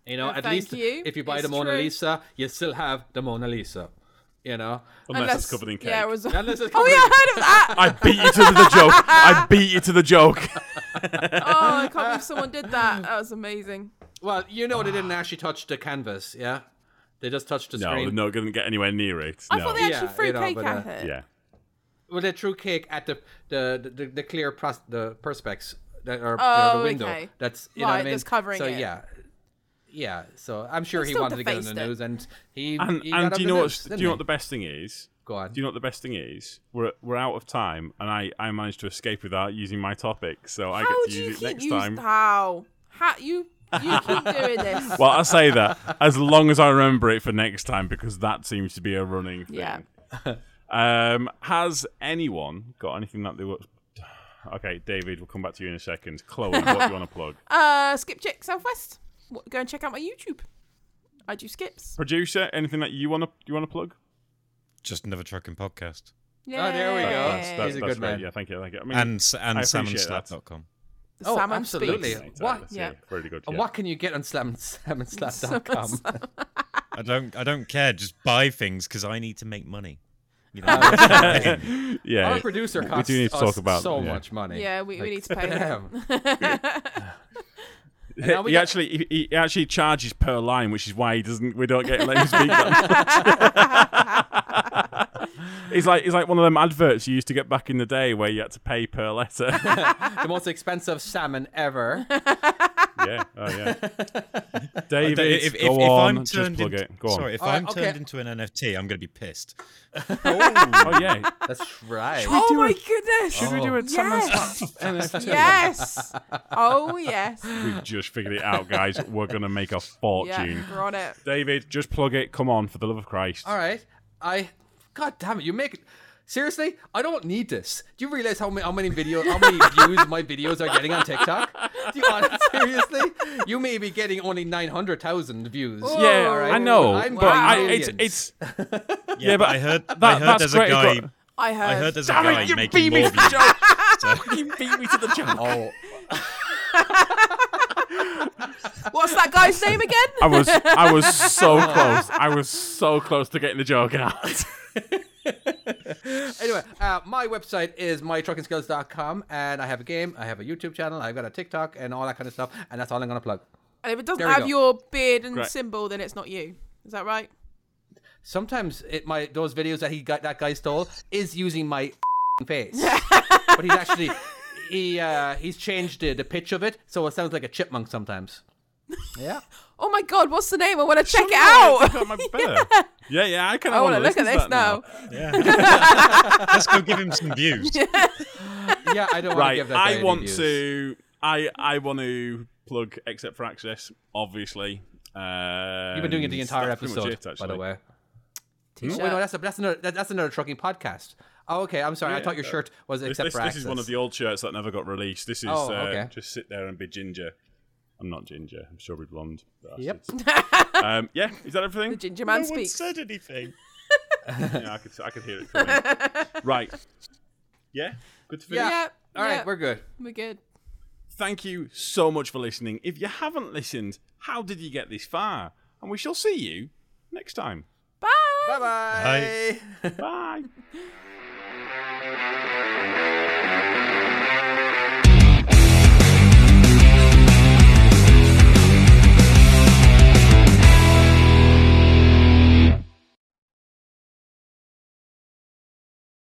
S3: You know,
S4: Yeah,
S3: at
S4: Uh, thank
S3: least
S4: you.
S3: if you buy the
S4: It's
S3: Mona
S4: true.
S3: Lisa, you still have the Mona Lisa. You know,
S1: unless, it's covered in cake.
S4: Yeah, it was. (laughs)
S3: Unless it's
S4: oh
S3: covered
S4: yeah,
S3: in-
S4: I heard of that.
S1: (laughs) I beat you to the joke. I beat you to the joke.
S4: Oh, I can't believe someone did
S3: (laughs)
S4: that. That was amazing.
S3: well, you know, they didn't actually touch the canvas. Yeah, they just touched the
S1: no,
S3: screen.
S1: no, didn't get anywhere near it.
S4: I
S1: no.
S4: thought they actually
S3: Yeah,
S4: threw
S3: you know,
S4: cake
S3: but,
S4: at
S3: uh,
S4: it.
S1: yeah.
S3: Well, they threw cake at the the the, the, the clear pros- the perspex that are
S4: Oh,
S3: the window.
S4: okay.
S3: That's you know
S4: Right,
S3: what I mean.
S4: that's covering
S3: so
S4: it.
S3: yeah, yeah. So I'm sure
S4: They
S3: he
S4: still
S3: wanted to get in the
S4: defaced it.
S3: news, and he
S1: And,
S3: he
S1: and
S3: got
S1: do you
S3: on
S1: know
S3: the
S1: what?
S3: news,
S1: Do
S3: didn't
S1: you know
S3: he?
S1: what the best thing is?
S3: Go on.
S1: Do you know what the best thing is? We're we're out of time, and I I managed to escape without using my topic, so I
S4: How
S1: get
S4: do
S1: to
S4: you
S1: use it
S4: keep
S1: next
S4: using-
S1: time.
S4: How? How you
S3: (laughs)
S4: you keep doing this?
S1: Well, I say that as long as I remember it for next time, because that seems to be a running thing.
S4: Yeah.
S1: Um, has anyone got anything that they were? Okay, David, we'll come back to you in a second. Chloe, what do you want to
S4: (laughs)
S1: plug?
S4: Uh, skip chick southwest. What, go and check out my YouTube. I do
S3: Oh,
S4: skips.
S1: Producer, anything that you want to you want to plug?
S5: Just another trucking podcast.
S4: Yeah.
S3: there we go.
S1: That's,
S3: Yay.
S1: that's,
S3: He's a
S1: that's
S3: good
S1: great.
S3: man.
S1: Yeah, thank you, thank you. I mean,
S5: And s- and
S1: I appreciate that.
S5: salmonslap.com.
S4: The
S3: Oh,
S4: salmon
S3: absolutely.
S4: speaks.
S3: What?
S1: Yeah,
S4: Yeah.
S1: really good.
S3: And
S1: yeah.
S3: What can you get on slam salmonslap.com?
S4: (laughs)
S5: I don't I don't care. Just buy things because I need to make money. You know,
S1: yeah.
S3: Our producer
S1: we
S3: costs
S1: do need to
S3: us
S1: talk about-
S3: so
S1: yeah.
S3: much money.
S4: Yeah, we, we
S3: Like,
S4: need to pay them.
S1: He,
S3: now we
S1: he
S3: got-
S1: actually he, he actually charges per line, which is why he doesn't. We don't get let him speak. That much. (laughs) he's like he's like one of them adverts you used to get back in the day where you had to pay per letter. (laughs)
S3: (laughs) the most expensive salmon
S4: (laughs)
S3: ever.
S1: yeah, oh
S5: (laughs)
S1: yeah. David,
S5: if, if, if,
S1: go
S5: if
S1: on,
S5: I'm
S1: just
S5: turned
S1: plug
S5: into,
S1: it. Go on.
S5: sorry, if (laughs)
S3: All right,
S5: I'm
S3: okay.
S5: turned into an NFT, I'm going to be pissed.
S1: Oh yeah.
S3: That's right.
S4: oh my goodness!
S1: Should we do a
S4: Yes. yes.
S3: (laughs)
S4: Oh yes.
S1: We've just figured it out, guys. We're gonna make a
S4: Yeah,
S1: fortune.
S4: we're on it.
S1: David, just plug it. Come on, for the love of Christ.
S3: All right. I. God damn it! You make. Seriously, I don't need this. Do you realize how many how many video how many views my videos are getting on TikTok? Do you want (laughs) seriously? You may be getting only nine hundred thousand views.
S1: Yeah,
S3: all right?
S1: I know,
S3: I'm
S1: but I,
S3: getting
S1: it's
S3: millions.
S1: it's
S5: Yeah,
S1: but
S5: but I heard, I
S1: that-
S5: heard
S1: that's
S5: there's
S1: great,
S5: a guy.
S1: but-
S4: I heard.
S5: I heard there's a
S1: Damn it,
S5: guy
S1: you beat
S5: making
S1: me
S5: more
S1: to the
S5: views.
S1: (laughs) you beat me to the joke.
S3: oh
S4: What's that guy's name again?
S1: I was I was (laughs) so close. I was so close to getting the joke (laughs) out.
S3: Anyway, uh, my website is mytruckingskills.com, and I have a game, I have a YouTube channel, I've got a TikTok, and all that kind of stuff, and that's all I'm going to plug.
S4: and if it doesn't
S3: There we
S4: have
S3: go.
S4: your beard and
S1: Great.
S4: symbol, then it's not you. Is that right?
S3: Sometimes it my those videos that he got that guy stole is using my (laughs) face, but he's actually he uh, he's changed the, the pitch of it, so it sounds like a chipmunk sometimes. Yeah,
S4: Oh my god, what's the name? I want to check it
S1: Somehow I (laughs)
S4: out.
S1: think
S3: (laughs)
S1: that might be better. yeah. yeah, I kind
S4: I
S3: Oh,
S1: of
S4: want
S1: want
S4: to look at this
S1: that
S4: now.
S5: Yeah. (laughs) Let's go give him some views.
S3: yeah, I don't want to
S1: Right,
S3: give that. guy
S1: I
S3: any
S1: want
S3: views.
S1: to. I I want to plug except for access, obviously. Um,
S3: You've been doing it the entire
S1: that's pretty much
S3: episode,
S1: it,
S3: by the
S1: actually.
S3: way. Oh, wait, no, that's a, that's another that, that's another trucking podcast. Oh, okay, I'm sorry. I
S1: Yeah,
S3: thought your
S1: uh,
S3: shirt was
S1: This,
S3: except
S1: this-
S3: for
S1: this is one
S3: access.
S1: of the old shirts that never got released. This is
S3: Oh,
S1: uh,
S3: okay.
S1: just sit there and be ginger. I'm not ginger. I'm strawberry blonde.
S3: Yep.
S1: bastards. um, yeah. Is that everything?
S4: The ginger man
S5: no one
S4: speaks.
S5: said anything.
S1: yeah, I could I could hear it coming. right. Yeah. Good to finish.
S3: Yeah.
S4: Yeah.
S3: All
S4: yeah.
S3: right, we're good.
S4: We're good.
S1: Thank you so much for listening. If you haven't listened, how did you get this far? And we shall see you next time.
S4: Bye.
S3: Bye bye.
S1: Bye.